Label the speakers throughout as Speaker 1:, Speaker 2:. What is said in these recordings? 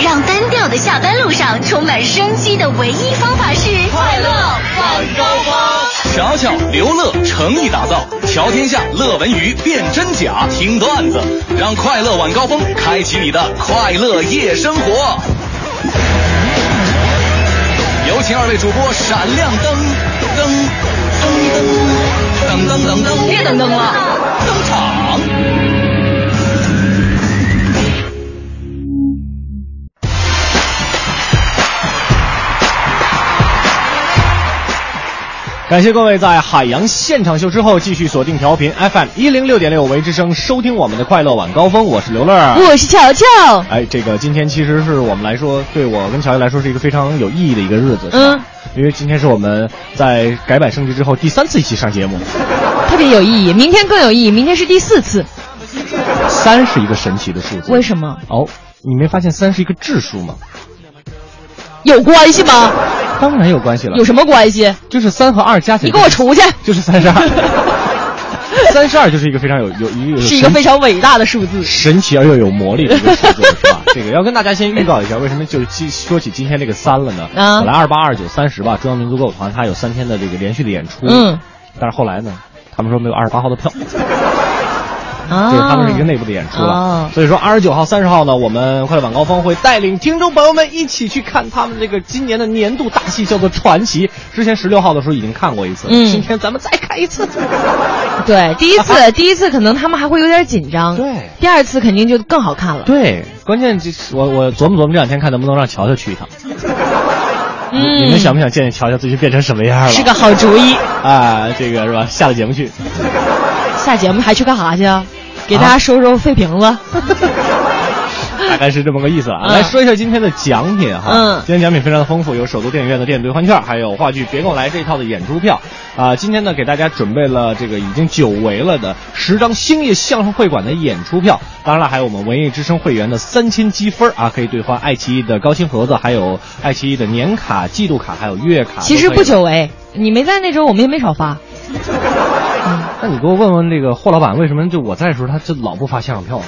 Speaker 1: 让单调的下班路上充满生机的唯一方法是
Speaker 2: 快乐晚高峰。
Speaker 3: 巧巧刘乐诚意打造，瞧天下乐文娱辨真假，听段子，让快乐晚高峰开启你的快乐夜生活。有请二位主播闪亮登登登登登登登，
Speaker 4: 别等灯了，
Speaker 3: 登场。
Speaker 5: 感谢各位在海洋现场秀之后继续锁定调频 FM 一零六点六为之声，收听我们的快乐晚高峰，我是刘乐。
Speaker 4: 我是乔乔。
Speaker 5: 哎，这个今天其实是我们来说，对我跟乔乔来说是一个非常有意义的一个日子，
Speaker 4: 嗯，
Speaker 5: 因为今天是我们在改版升级之后第三次一起上节目，
Speaker 4: 特别有意义，明天更有意义，明天是第四次，
Speaker 5: 三是一个神奇的数字，
Speaker 4: 为什么？
Speaker 5: 哦，你没发现三是一个质数吗？
Speaker 4: 有关系吗？
Speaker 5: 当然有关系了，
Speaker 4: 有什么关系？
Speaker 5: 就是三和二加起来，
Speaker 4: 你给我出去！
Speaker 5: 就是三十 二，三十二就是一个非常有有一个
Speaker 4: 是一个
Speaker 5: 神
Speaker 4: 非常伟大的数字。
Speaker 5: 神奇而又有魔力的一个数字，是 吧？这个要跟大家先预告一下，为什么就今说起今天这个三了呢？
Speaker 4: 啊
Speaker 5: 本来二八、二九、三十吧，中央民族歌舞团它有三天的这个连续的演出，
Speaker 4: 嗯，
Speaker 5: 但是后来呢，他们说没有二十八号的票，
Speaker 4: 啊
Speaker 5: 就是他们是一个内部的演出了
Speaker 4: 啊，
Speaker 5: 所以说二十九号、三十号呢，我们快乐晚高峰会带领听众朋友们一起去看他们这个今年的年度大戏，叫做《传奇》。之前十六号的时候已经看过一次，
Speaker 4: 嗯
Speaker 5: 今天咱们再看一次。
Speaker 4: 对，第一 次，第一次可能他们还会有点紧张，
Speaker 5: 对
Speaker 4: 第二次肯定就更好看了。
Speaker 5: 对，关键就是我我琢磨琢磨这两天看能不能让乔乔去一趟。
Speaker 4: 嗯，
Speaker 5: 啊你们想不想见见乔乔最近变成什么样了？
Speaker 4: 是个好主意。
Speaker 5: 啊，这个是吧？下了节目 去，
Speaker 4: 下节目还去干啥去啊？给大家收收废瓶 子。
Speaker 5: 大概是这么个意思啊。
Speaker 4: 嗯
Speaker 5: 来说一下今天的奖品哈，
Speaker 4: 嗯
Speaker 5: 今天奖品非常的丰富，有首都电影院的电影兑换券，还有话剧《别跟我来》这一套的演出票。啊、今天呢给大家准备了这个已经久违了的十张星夜相声会馆的演出票，当然了，还有我们文艺之声会员的三千积分啊，可以兑换爱奇艺的高清盒子，还有爱奇艺的年卡、季度卡，还有月卡。
Speaker 4: 其实
Speaker 5: 都可
Speaker 4: 不
Speaker 5: 以的
Speaker 4: 久违，你没在那周，我们也没少发。
Speaker 5: 那你给我问问这个霍老板，为什么就我在的时候他就老不发现场票？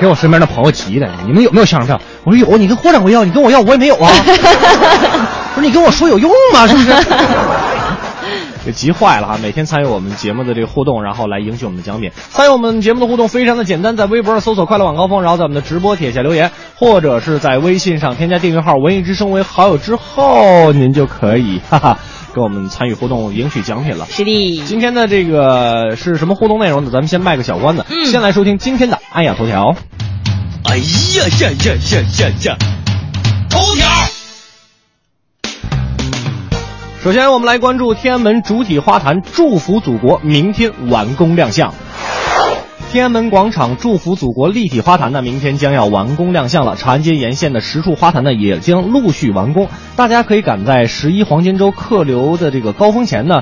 Speaker 5: 给我身边的朋友急的，你们有没有现场票？我说有，你跟霍掌柜要，你跟我要，我也没有啊。 不是你跟我说有用吗？是不是？ 就急坏了哈！每天参与我们节目的这个互动，然后来赢取我们的奖品。参与我们节目的互动非常的简单，在微博上搜索“快乐晚高峰”，然后在我们的直播帖下留言，或者是在微信上添加订阅号“文艺之声”为好友之后，您就可以哈哈跟我们参与互动，赢取奖品了。
Speaker 4: 是的，
Speaker 5: 今天的这个是什么互动内容呢？咱们先卖个小关子，
Speaker 4: 嗯
Speaker 5: 先来收听今天的安雅头条。
Speaker 3: 哎呀呀呀呀呀呀！头条，
Speaker 5: 首先，我们来关注天安门主体花坛祝福祖国明天完工亮相。天安门广场祝福祖国立体花坛呢，明天将要完工亮相了。长安街沿线的十处花坛呢，也将陆续完工。大家可以赶在十一黄金周客流的这个高峰前呢。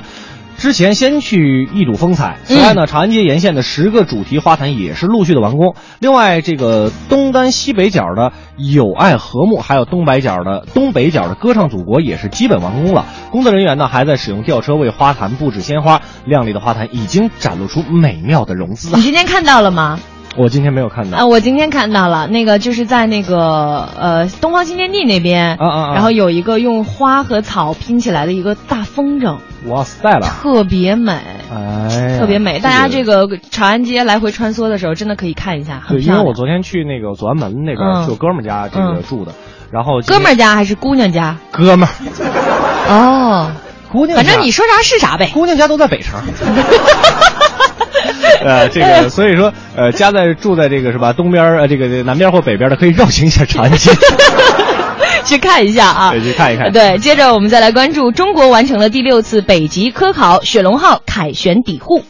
Speaker 5: 之前先去一睹风采。此外呢，长安街沿线的十个主题花坛也是陆续的完工。另外，这个东单西北角的友爱和睦，还有东北角的东北角的歌唱祖国也是基本完工了。工作人员呢还在使用吊车为花坛布置鲜花，亮丽的花坛已经展露出美妙的融资啊
Speaker 4: 你！今天看到了吗？
Speaker 5: 我今天没有看
Speaker 4: 嗯啊，
Speaker 5: 到。
Speaker 4: 我今天看到了，那个就是在那个呃东方新天地那边，
Speaker 5: 啊啊啊
Speaker 4: 然后有一个用花和草拼起来的一个大风筝，
Speaker 5: 哇塞 了，
Speaker 4: 特别美，
Speaker 5: 啊哎呀，
Speaker 4: 特别美。大家这
Speaker 5: 个。
Speaker 4: 个长安街来回穿梭的时候，真的可以看一下，很
Speaker 5: 对，因
Speaker 4: 漂
Speaker 5: 为
Speaker 4: 亮。
Speaker 5: 我昨天去那个左安门那边
Speaker 4: 嗯
Speaker 5: 去我哥们儿家这个
Speaker 4: 嗯
Speaker 5: 住的，然后今
Speaker 4: 哥
Speaker 5: 天
Speaker 4: 们儿家还是姑娘家？
Speaker 5: 哥们儿
Speaker 4: 哦，
Speaker 5: 姑娘家，
Speaker 4: 反正你说啥是啥呗。
Speaker 5: 姑娘家都在北城。 呃，这个，所以说，呃，家在住在这个是吧？东边儿呃，这个南边儿或北边儿的，可以绕行一下长安街。
Speaker 4: 去看一下啊，
Speaker 5: 对去看一看
Speaker 4: 对，接着我们再来关注中国完成了第六次北极科考，雪龙号凯旋抵沪。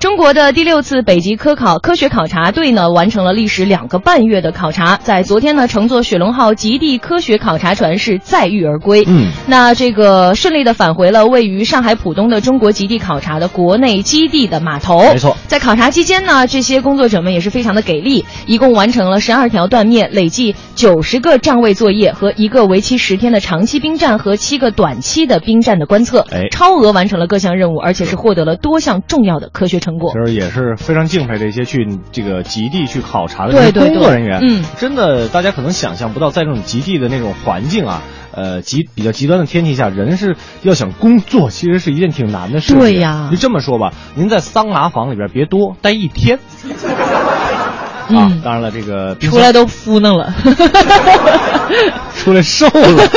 Speaker 4: 中国的第六次北极科考科学考察队呢，完成了历时两个半月的考察，在昨天呢，乘坐雪龙号极地科学考察船是载誉而归。
Speaker 5: 嗯
Speaker 4: 那这个顺利的返回了位于上海浦东的中国极地考察的国内基地的码头。
Speaker 5: 没错
Speaker 4: 在考察期间呢，这些工作者们也是非常的给力，一共完成了十二条断面，累计九十个站位作业和一个为期十天的长期兵站和七个短期的兵站的观测，
Speaker 5: 哎
Speaker 4: 超额完成了各项任务，而且是获得了多项重要的科学成成果。
Speaker 5: 其实也是非常敬佩这些去这个极地去考察的
Speaker 4: 对
Speaker 5: 这些
Speaker 4: 对
Speaker 5: 工作
Speaker 4: 对
Speaker 5: 人员。
Speaker 4: 嗯
Speaker 5: 真的大家可能想象不到，在这种极地的那种环境啊，呃，极比较极端的天气下，人是要想工作，其实是一件挺难的事情。
Speaker 4: 对呀
Speaker 5: 就这么说吧，您在桑拿房里边别多待一 天。啊
Speaker 4: 嗯，
Speaker 5: 当然了，这个冰
Speaker 4: 出
Speaker 5: 箱
Speaker 4: 来都敷弄了。
Speaker 5: 出来瘦了。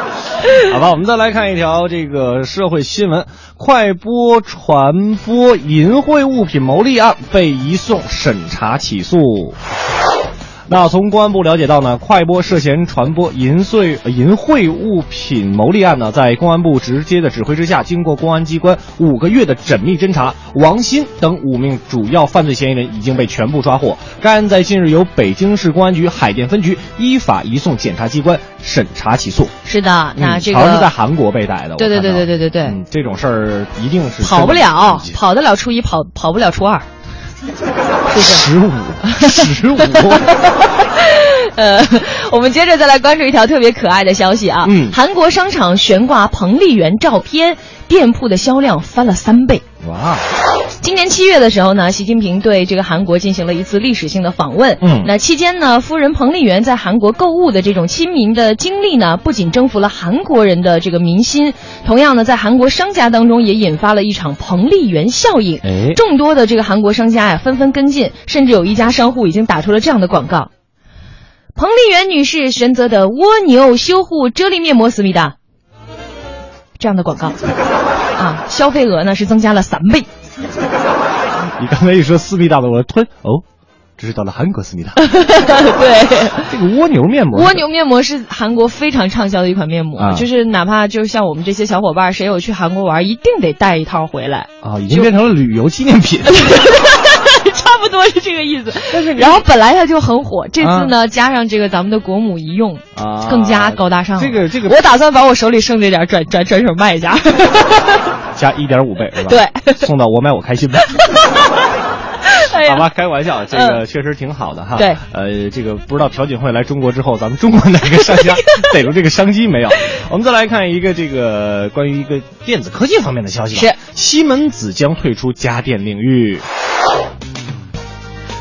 Speaker 5: 好吧，我们再来看一条这个社会新闻：快播传播淫秽物品牟利案被移送审查起诉。那从公安部了解到呢，快播涉嫌传播淫碎呃淫秽物品牟利案呢，在公安部直接的指挥之下，经过公安机关五个月的缜密侦查，王鑫等五名主要犯罪嫌疑人已经被全部抓获。该案在近日由北京市公安局海淀分局依法移送检察机关审查起诉。
Speaker 4: 是的，那
Speaker 5: 嗯
Speaker 4: 这
Speaker 5: 好像是在
Speaker 4: 个
Speaker 5: 韩国被逮的。
Speaker 4: 对对对对对对对
Speaker 5: 嗯，这种事儿一定是
Speaker 4: 跑不了，
Speaker 5: 真的
Speaker 4: 跑得了初一，跑跑不了初二。
Speaker 5: 十五十五。
Speaker 4: 呃，我们接着再来关注一条特别可爱的消息啊！
Speaker 5: 嗯
Speaker 4: 韩国商场悬挂彭丽媛照片，店铺的销量翻了三倍。
Speaker 5: 哇，
Speaker 4: 今年七月的时候呢，习近平对这个韩国进行了一次历史性的访问。
Speaker 5: 嗯
Speaker 4: 那期间呢，夫人彭丽媛在韩国购物的这种亲民的经历呢，不仅征服了韩国人的这个民心，同样呢，在韩国商家当中也引发了一场彭丽媛效应。
Speaker 5: 哎
Speaker 4: 众多的这个韩国商家呀、纷纷跟进，甚至有一家商户已经打出了这样的广告：彭丽媛女士选择的蜗牛修护啫喱面膜思密达。这样的广 告，啊，消费额呢是增加了三倍。
Speaker 5: 你刚才一说思密达的，我突然哦，这是到了韩国思密 达。
Speaker 4: 对，
Speaker 5: 这个蜗牛面膜，
Speaker 4: 蜗牛面膜是韩国非常畅销的一款面膜，
Speaker 5: 啊
Speaker 4: 就是哪怕就是像我们这些小伙伴，谁有去韩国玩，一定得带一套回来，
Speaker 5: 啊，已经变成了旅游纪念 品。
Speaker 4: 差不多是这个意思。然后本来它就很火，这次呢、加上这个咱们的国母一用，
Speaker 5: 啊
Speaker 4: 更加高大上了。
Speaker 5: 这个这个
Speaker 4: 我打算把我手里剩这点儿转转转手卖一下。
Speaker 5: 加一点五倍是吧？
Speaker 4: 对
Speaker 5: 送到我买我开心吧。
Speaker 4: 哎呀嗯
Speaker 5: 好吧，开个玩笑，这个确实挺好的哈。
Speaker 4: 对，
Speaker 5: 呃，这个不知道朴槿惠来中国之后，咱们中国哪个商 家逮住这个商机没有？我们再来看一个这个关于一个电子科技方面的消息吧。啊
Speaker 4: 是，
Speaker 5: 西门子将退出家电领域。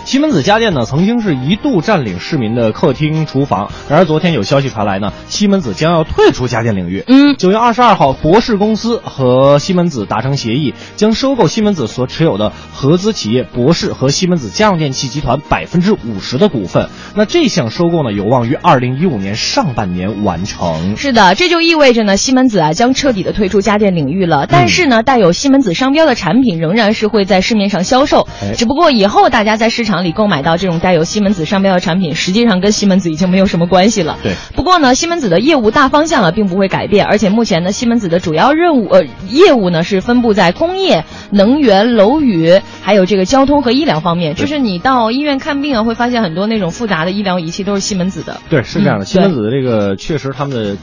Speaker 5: 西门子家电呢，曾经是一度占领市民的客厅、厨房。然而，昨天有消息传来呢，西门子将要退出家电领域。
Speaker 4: 嗯
Speaker 5: 九月二十二号，博士公司和西门子达成协议，将收购西门子所持有的合资企业博士和西门子家用电器集团百分之五十的股份。那这项收购呢，有望于二零一五年上半年完成。
Speaker 4: 是的，这就意味着呢，西门子啊将彻底的退出家电领域了。但是呢，带有西门子商标的产品仍然是会在市面上销售
Speaker 5: 哎，
Speaker 4: 只不过以后大家在市场里购买到这种带有西门子商标的产品，实际上跟西门子已经没有什么关系了。
Speaker 5: 对。
Speaker 4: 不过呢，西门子的业务大方向啊并不会改变，而且目前呢，西门子的主要任务呃业务呢是分布在工业、能源、楼宇，还有这个交通和医疗方面。就是你到医院看病啊，会发现很多那种复杂的医疗仪器都是西门子的。
Speaker 5: 对，是这样的。
Speaker 4: 嗯
Speaker 5: 西门子的这个确实他们的。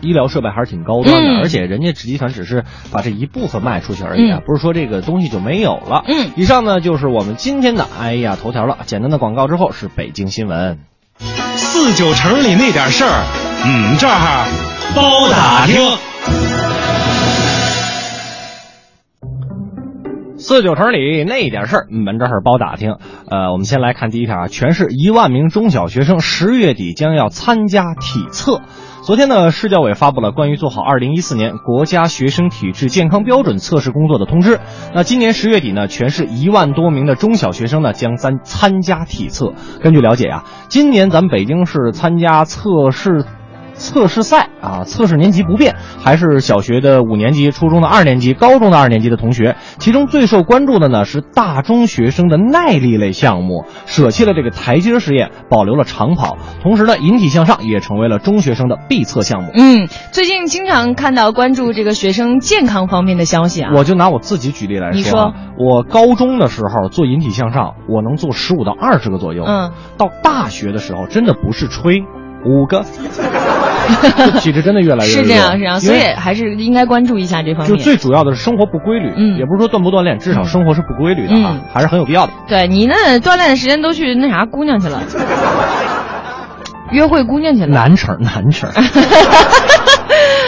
Speaker 5: 医疗设备还是挺高端的，
Speaker 4: 嗯
Speaker 5: 而且人家集团只是把这一部分卖出去而已啊，
Speaker 4: 嗯
Speaker 5: 不是说这个东西就没有了。
Speaker 4: 嗯
Speaker 5: 以上呢就是我们今天的哎呀头条了。简单的广告之后是北京新闻。
Speaker 3: 四九城里那点事儿，嗯，这儿包打听。
Speaker 5: 四九城里那点事儿，嗯门这儿包打听。呃，我们先来看第一条啊，全市一万名中小学生十月底将要参加体测。昨天呢，市教委发布了关于做好二零一四年国家学生体质健康标准测试工作的通知。那今年十月底呢，全市一万多名的中小学生呢将参参加体测。根据了解啊，今年咱们北京市参加测试。测试赛啊，测试年级不变，还是小学的五年级、初中的二年级、高中的二年级的同学。其中最受关注的呢是大中学生的耐力类项目，舍弃了这个台阶实验，保留了长跑，同时呢，引体向上也成为了中学生的必测项目。
Speaker 4: 嗯，最近经常看到关注这个学生健康方面的消息啊。
Speaker 5: 我就拿我自己举例来
Speaker 4: 你
Speaker 5: 说啊，我高中的时候做引体向上，我能做十五到二十个左右。
Speaker 4: 嗯，
Speaker 5: 到大学的时候，真的不是吹，五 个，就体质真的越来越
Speaker 4: 是这样，是这
Speaker 5: 这
Speaker 4: 样，
Speaker 5: 样，
Speaker 4: 所以
Speaker 5: 因为
Speaker 4: 还是应该关注一下这方
Speaker 5: 就
Speaker 4: 面。
Speaker 5: 最主要的是生活不规律，
Speaker 4: 嗯
Speaker 5: 也不是说锻不锻炼，至少生活是不规律的啊，
Speaker 4: 嗯
Speaker 5: 还是很有必要的。
Speaker 4: 对你那锻炼的时间都去那啥姑娘去了，约会姑娘去了。
Speaker 5: 难成，难成。
Speaker 4: 啊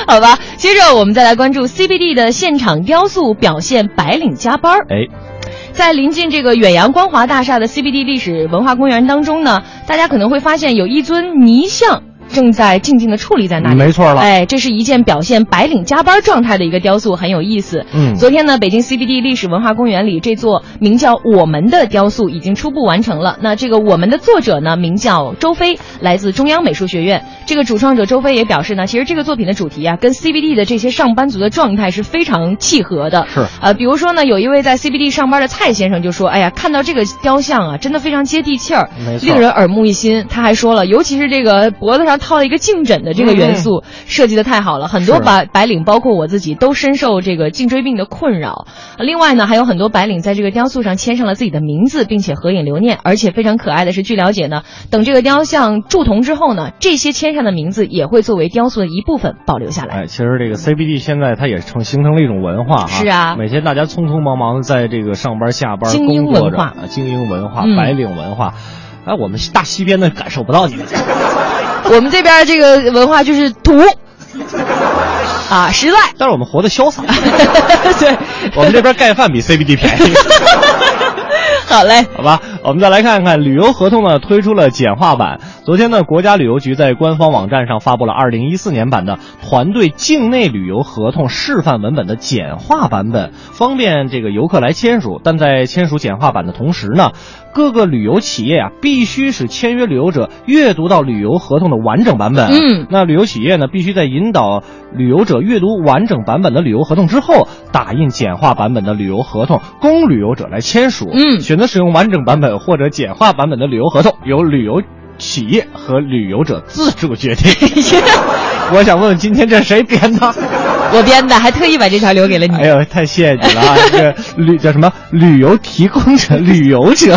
Speaker 4: 好吧，接着我们再来关注 CBD 的现场雕塑表现白领加班儿。
Speaker 5: 哎，
Speaker 4: 在临近这个远洋光华大厦的 CBD 历史文化公园当中呢，大家可能会发现有一尊泥像。正在静静的矗立在那里，
Speaker 5: 没错了
Speaker 4: 哎，这是一件表现白领加班状态的一个雕塑，很有意思。
Speaker 5: 嗯
Speaker 4: 昨天呢，北京 CBD 历史文化公园里这座名叫《我们的》雕塑已经初步完成了。那这个《我们的》作者呢，名叫周飞，来自中央美术学院。这个主创者周飞也表示呢，其实这个作品的主题啊，跟 CBD 的这些上班族的状态是非常契合的。
Speaker 5: 是
Speaker 4: 呃，比如说呢，有一位在 CBD 上班的蔡先生就说：“哎呀，看到这个雕像啊，真的非常接地气儿
Speaker 5: 没，错
Speaker 4: 令人耳目一新。”他还说了，尤其是这个脖子上套了一个颈枕的这个元素，设计的太好了，很
Speaker 5: 嗯
Speaker 4: 多
Speaker 5: 是
Speaker 4: 白白领，包括我自己，都深受这个颈椎病的困扰。呃另外呢，还有很多白领在这个雕塑上签上了自己的名字，并且合影留念。而且非常可爱的是，据了解呢，等这个雕像铸铜之后呢，这些签上的名字也会作为雕塑的一部分保留下来。
Speaker 5: 哎，其实这个 CBD 现在它也成形成了一种文化哈。
Speaker 4: 是啊
Speaker 5: 每天大家匆匆忙忙的在这个上班下班
Speaker 4: 精英
Speaker 5: 工作
Speaker 4: 文
Speaker 5: 着，
Speaker 4: 化
Speaker 5: 啊精英文化、
Speaker 4: 嗯
Speaker 5: 白领文化。哎，我们大西边的感受不到你们。
Speaker 4: 我们这边这个文化就是 土啊，实在。
Speaker 5: 但是我们活得潇洒。
Speaker 4: 对，
Speaker 5: 我们这边盖饭比 CBD 便宜，
Speaker 4: 好嘞。
Speaker 5: 好吧？我们再来看看旅游合同呢推出了简化版。昨天呢，国家旅游局在官方网站上发布了2014年版的团队境内旅游合同示范文本的简化版本，方便这个游客来签署。但在签署简化版的同时呢，各个旅游企业啊必须使签约旅游者阅读到旅游合同的完整版本。
Speaker 4: 嗯
Speaker 5: 那旅游企业呢，必须在引导旅游者阅读完整版本的旅游合同之后，打印简化版本的旅游合同，供旅游者来签署。
Speaker 4: 嗯
Speaker 5: 选择使用完整版本或者简化版本的旅游合同，由旅游企业和旅游者自主决定。 我想问问，今天这是谁编的？
Speaker 4: 我编的，还特意把这条留给了你。
Speaker 5: 哎呦，太谢谢你了啊！这个旅叫什么？旅游提供者，旅游 者，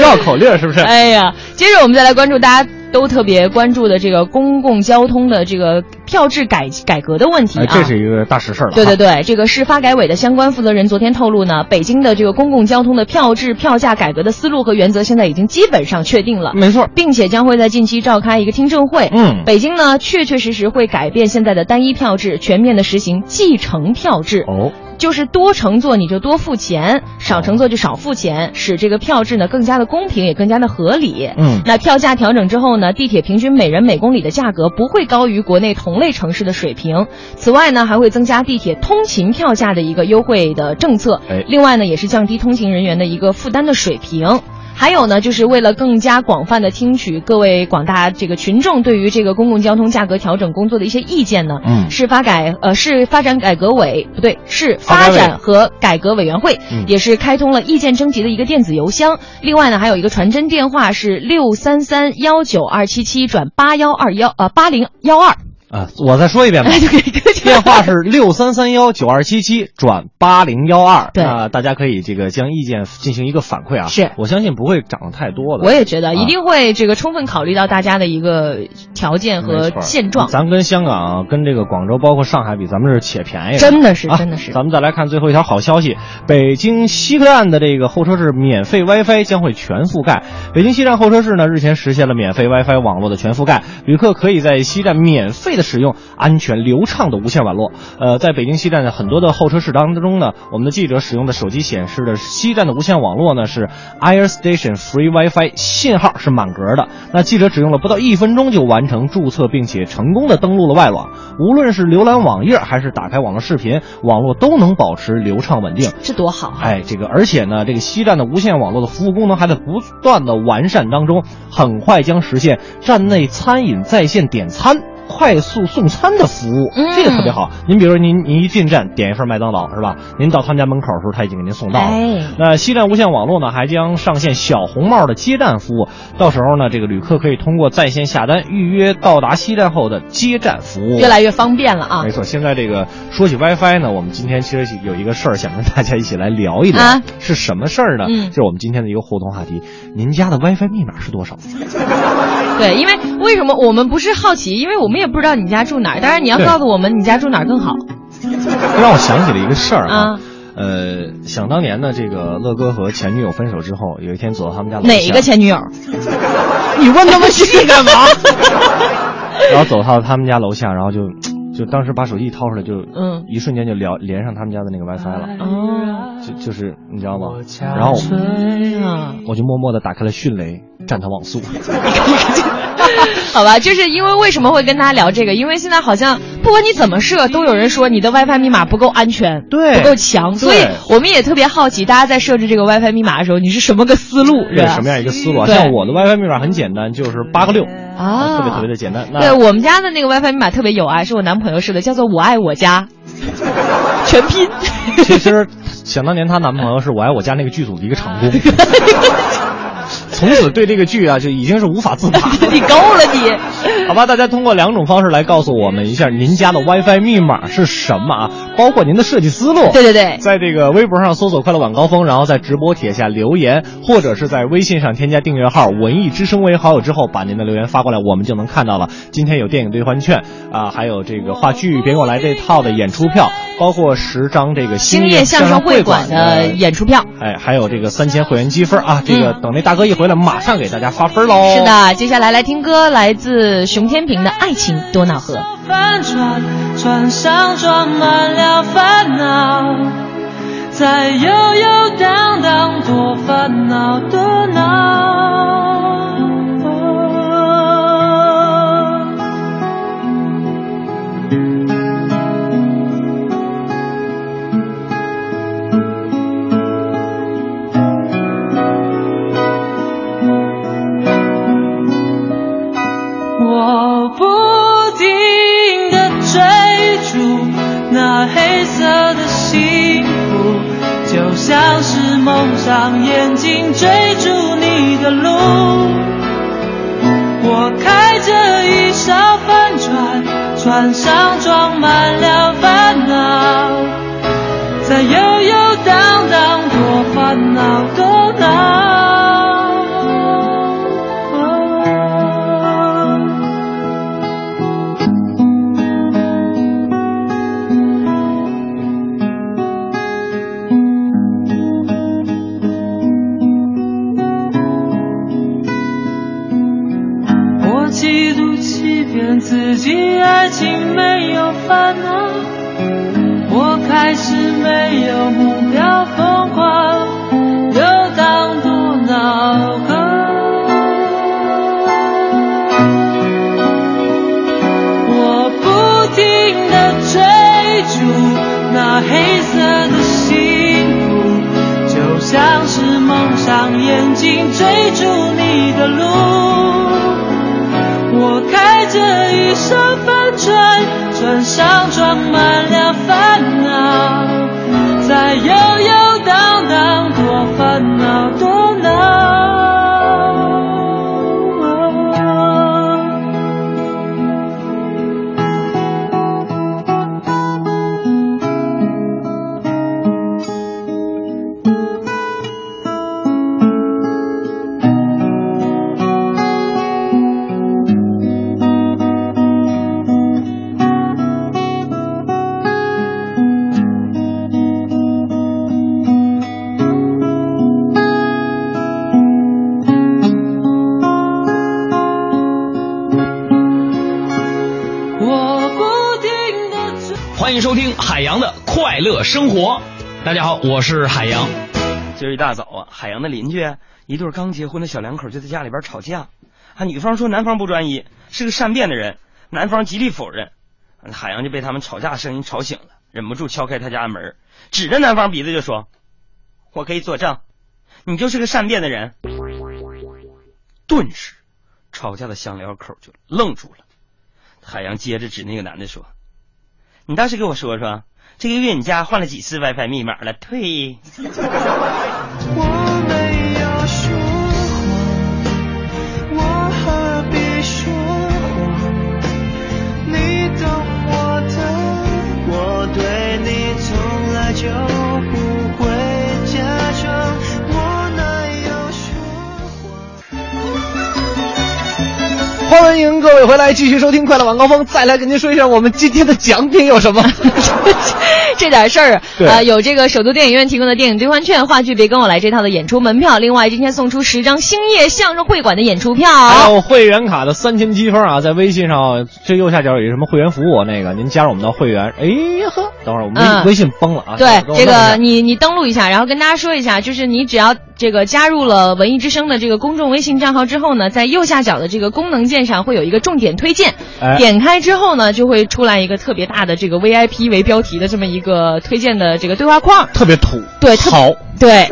Speaker 5: 绕口令是不是？
Speaker 4: 哎呀，接着我们再来关注大家都特别关注的这个公共交通的这个票制改改革的问题啊。
Speaker 5: 哎这是一个大实事了。
Speaker 4: 对对。对，这个市发改委的相关负责人昨天透露呢，北京的这个公共交通的票制、票价改革的思路和原则现在已经基本上确定了，
Speaker 5: 没错，
Speaker 4: 并且将会在近期召开一个听证会。
Speaker 5: 嗯
Speaker 4: 北京呢确确实实会改变现在的单一票制，全面的实行继承票制。
Speaker 5: 哦，
Speaker 4: 就是多乘坐你就多付钱，少乘坐就少付钱，使这个票制呢更加的公平，也更加的合理。
Speaker 5: 嗯
Speaker 4: 那票价调整之后呢，地铁平均每人每公里的价格不会高于国内同类城市的水平。此外呢，还会增加地铁通勤票价的一个优惠的政策。
Speaker 5: 哎
Speaker 4: 另外呢，也是降低通勤人员的一个负担的水平。还有呢，就是为了更加广泛的听取各位广大这个群众对于这个公共交通价格调整工作的一些意见呢，
Speaker 5: 嗯
Speaker 4: 市发改呃市发展改革委不对，市
Speaker 5: 发
Speaker 4: 发
Speaker 5: 改委
Speaker 4: 展和改革委员会
Speaker 5: 嗯
Speaker 4: 也是开通了意见征集的一个电子邮箱。另外呢，还有一个传真电话是六三三幺九二七七转八幺二幺呃八零幺二，
Speaker 5: 啊，我再说一遍吧。
Speaker 4: 就可以可以
Speaker 5: 电话是六三三幺九二七七转八零幺二，
Speaker 4: 对
Speaker 5: 那大家可以这个将意见进行一个反馈啊。
Speaker 4: 是
Speaker 5: 我相信不会涨得太多的。
Speaker 4: 我也觉得
Speaker 5: 啊
Speaker 4: 一定会这个充分考虑到大家的一个条件
Speaker 5: 没
Speaker 4: 和
Speaker 5: 错
Speaker 4: 现状，
Speaker 5: 咱跟香港、跟这个广州，包括上海比，咱们是且便宜了。
Speaker 4: 真的是
Speaker 5: 啊
Speaker 4: 真的是。
Speaker 5: 咱们再来看最后一条好消息，北京西客站的这个候车室免费 WiFi 将会全覆盖。北京西站候车室呢，日前实现了免费 WiFi 网络的全覆盖，旅客可以在西站免费的使用安全流畅的无线网络。呃，在北京西站的很多的候车室当中呢，我们的记者使用的手机显示的西站的无线网络呢是 Air Station Free WiFi，信号是满格的。那记者只用了不到一分钟就完成注册，并且成功的登录了外网。无论是浏览网页还是打开网络视频，网络都能保持流畅稳定。
Speaker 4: 这多好啊！
Speaker 5: 哎，这个而且呢，这个西站的无线网络的服务功能还在不断的完善当中，很快将实现站内餐饮在线点餐。快速送餐的服务，
Speaker 4: 嗯
Speaker 5: 这个特别好。您比如说您您一进站点一份麦当劳是吧？您到他们家门口的时候，他已经给您送到了。
Speaker 4: 哎
Speaker 5: 那西站无线网络呢，还将上线小红帽的接站服务，到时候呢，这个旅客可以通过在线下单预约到达西站后的接站服务。
Speaker 4: 越来越方便了啊
Speaker 5: 没！错，现在这个说起 WiFi 呢，我们今天其实有一个事儿想跟大家一起来聊一聊，
Speaker 4: 啊
Speaker 5: 是什么事儿呢？
Speaker 4: 嗯
Speaker 5: 就是我们今天的一个互动话题，您家的 WiFi 密码是多少？
Speaker 4: 对，因为为什么我们不是好奇？因为我们也不知道你家住哪儿。当然，你要
Speaker 5: 对
Speaker 4: 告诉我们你家住哪儿更好
Speaker 5: 让我想起了一个事儿啊
Speaker 4: 啊。
Speaker 5: 呃，想当年呢，这个乐哥和前女友分手之后，有一天走到他们家楼下，
Speaker 4: 哪一个 前女友？
Speaker 5: 你问那么细干嘛？然后走到他们家楼下，然后就就当时把手机一掏出来就，
Speaker 4: 嗯
Speaker 5: 一瞬间就聊连上他们家的那个 WiFi 了，
Speaker 4: 哦，
Speaker 5: 就就是你知道吗？然后哎
Speaker 4: 啊，
Speaker 5: 我就默默的打开了迅雷，占他网速。
Speaker 4: 好吧，就是因为为什么会跟大家聊这个？因为现在好像不管你怎么设，都有人说你的 WiFi 密码不够安全，
Speaker 5: 对
Speaker 4: 不够强，所以我们也特别好奇，大家在设置这个 WiFi 密码的时候，你是什么个思路？是
Speaker 5: 对，
Speaker 4: 吧
Speaker 5: 什么样一个思路啊？
Speaker 4: 对
Speaker 5: 像我的 WiFi 密码很简单，就是八个六，
Speaker 4: 啊
Speaker 5: 特别特别的简单。那
Speaker 4: 对我们家的那个 WiFi 密码特别有爱，是我男朋友设的，叫做“我爱我家”，全 拼。
Speaker 5: 其实想当年她男朋友是我爱我家那个剧组的一个场工，从此对这个剧啊就已经是无法自拔。
Speaker 4: 你够了你！
Speaker 5: 好吧，大家通过两种方式来告诉我们一下您家的 WiFi 密码是什么啊，包括您的设计思路。
Speaker 4: 对对对，
Speaker 5: 在这个微博上搜索“快乐晚高峰”，然后在直播帖下留言，或者是在微信上添加订阅号“文艺之声”为好友之后，把您的留言发过来，我们就能看到了。今天有电影兑换券啊、还有这个话剧《别过来》这套的演出票，包括十张这个
Speaker 4: 兴
Speaker 5: 业
Speaker 4: 业相声
Speaker 5: 会
Speaker 4: 会馆的演出票。
Speaker 5: 哎，还有这个三千会员积分啊，这个等那大哥一回来，马上给大家发分喽。
Speaker 4: 是。的，接下来来听歌，来自熊天平的《爱情多瑙河》。
Speaker 2: 翻转，船上装满了烦恼，在悠悠荡荡多烦恼多恼。我不停地追逐那黑色的幸福，就像是蒙上眼睛追逐你的路。我开着一艘帆船，船上装满了烦恼，在悠悠荡荡多烦恼多恼。我嫉妒欺骗自己，爱情没有烦恼。我开始没有目标，疯狂游荡多脑壳。我不停地追逐那黑色的幸福，就像是蒙上眼睛追逐你的路。我开着一艘帆船，船上装满了烦恼，在悠悠荡荡，多烦恼多恼。我不停的追。
Speaker 6: 欢迎收听海洋的快乐生活。大家好，我是海洋。今儿一大早啊，海洋的邻居一对刚结婚的小两口就在家里边吵架，啊，女方说男方不专一，是个善变的人，男方极力否认。海洋就被他们吵架的声音吵醒了，忍不住敲开他家门，指着男方鼻子就说：“我可以作证，你就是个善变的人。”顿时，吵架的小两口就愣住了。海洋接着指那个男的说：“你倒是给我说说，这个月你家换了几次 WiFi 密码了？呸！
Speaker 2: 我没有说谎，我何必说谎？你懂我的，我对你从来就不会假装，我哪有说谎？
Speaker 5: 欢迎各各位回来继续收听《快乐晚高峰》，再来给您说一下我们今天的奖品有什么。
Speaker 4: 这点事儿，
Speaker 5: 对
Speaker 4: 呃，有这个首都电影院提供的电影兑换券、话剧《别跟我来》这套的演出门票，另外今天送出十张星夜相声会馆的演出票。
Speaker 5: 还有会员卡的三千积分啊，在微信上最右下角有一个什么会员服务啊那个，您加入我们的会员。哎呵，等会儿我们微、
Speaker 4: 嗯
Speaker 5: 微信崩了啊。
Speaker 4: 对
Speaker 5: 等会儿我弄
Speaker 4: 这
Speaker 5: 一下
Speaker 4: 个，你你登录一下，然后跟大家说一下，就是你只要这个加入了文艺之声的这个公众微信账号之后呢，在右下角的这个功能键上会有一个重点推荐，
Speaker 5: 哎
Speaker 4: 点开之后呢，就会出来一个特别大的这个 VIP 为标题的这么一个推荐的这个对话框，
Speaker 5: 特别土，
Speaker 4: 对特别
Speaker 5: 好，
Speaker 4: 对，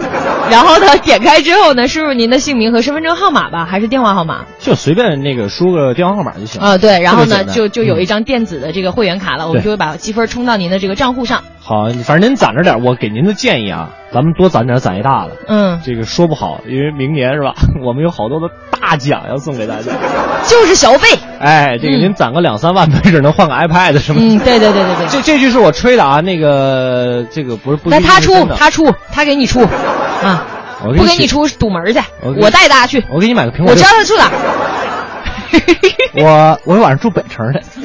Speaker 4: 然后呢，点开之后呢，输入您的姓名和身份证号码吧，还是电话号码？
Speaker 5: 就随便那个输个电话号码就行。
Speaker 4: 啊、对，然后
Speaker 5: 特别
Speaker 4: 呢，
Speaker 5: 简单
Speaker 4: 就就有一
Speaker 5: 嗯
Speaker 4: 张电子的这个会员卡了，我们
Speaker 5: 对
Speaker 4: 就会把积分充到您的这个账户上。
Speaker 5: 好，反正您攒着点儿，我给您的建议啊，咱们多攒点儿，攒一大的。
Speaker 4: 嗯，
Speaker 5: 这个说不好，因为明年是吧？我们有好多的大奖要送给大 家。
Speaker 4: 就是小费。
Speaker 5: 哎，这个
Speaker 4: 嗯
Speaker 5: 您攒个两三万，没准能换个 iPad 什么的。
Speaker 4: 嗯，对对对对对。
Speaker 5: 这这句是我吹的啊，那个这个不是不是
Speaker 4: 那他出
Speaker 5: 真，的
Speaker 4: 他出，他给你出，啊，
Speaker 5: 我给
Speaker 4: 不给你
Speaker 5: 取，
Speaker 4: 出堵门儿去，
Speaker 5: 我给
Speaker 4: 我
Speaker 5: 你
Speaker 4: 带大家去，
Speaker 5: 我给你买个苹果
Speaker 4: 我知
Speaker 5: 六
Speaker 4: 道。他住 哪儿。
Speaker 5: 我我晚上住北城去，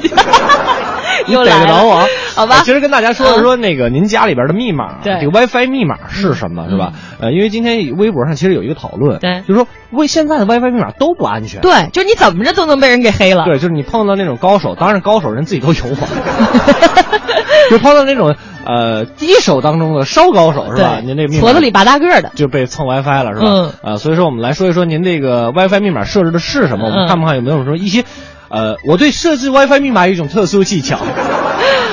Speaker 5: 你
Speaker 4: 又
Speaker 5: 逮
Speaker 4: 来
Speaker 5: 得着我啊
Speaker 4: 了，好吧
Speaker 5: 其实跟大家说
Speaker 4: 嗯
Speaker 5: 说那个您家里边的密码，
Speaker 4: 对嗯
Speaker 5: 这个 WiFi 密码是什么，是吧？呃，因为今天微博上其实有一个讨论，
Speaker 4: 对
Speaker 5: 就是说为现在的 WiFi 密码都不安全。
Speaker 4: 对，就是你怎么着都能被人给黑了。
Speaker 5: 对，就是你碰到那种高手，当然高手人自己都有 网，就碰到那种呃低手当中的烧高手是吧？您这
Speaker 4: 对，
Speaker 5: 密
Speaker 4: 矬
Speaker 5: 码
Speaker 4: 子里拔大个儿的。
Speaker 5: 就被蹭 WiFi 了是吧？
Speaker 4: 嗯
Speaker 5: 呃，所以说我们来说一说您这个 WiFi 密码设置的是什么，我
Speaker 4: 嗯
Speaker 5: 们看不看有没有什么一些。呃，我对设置 WiFi 密码有一种特殊技巧，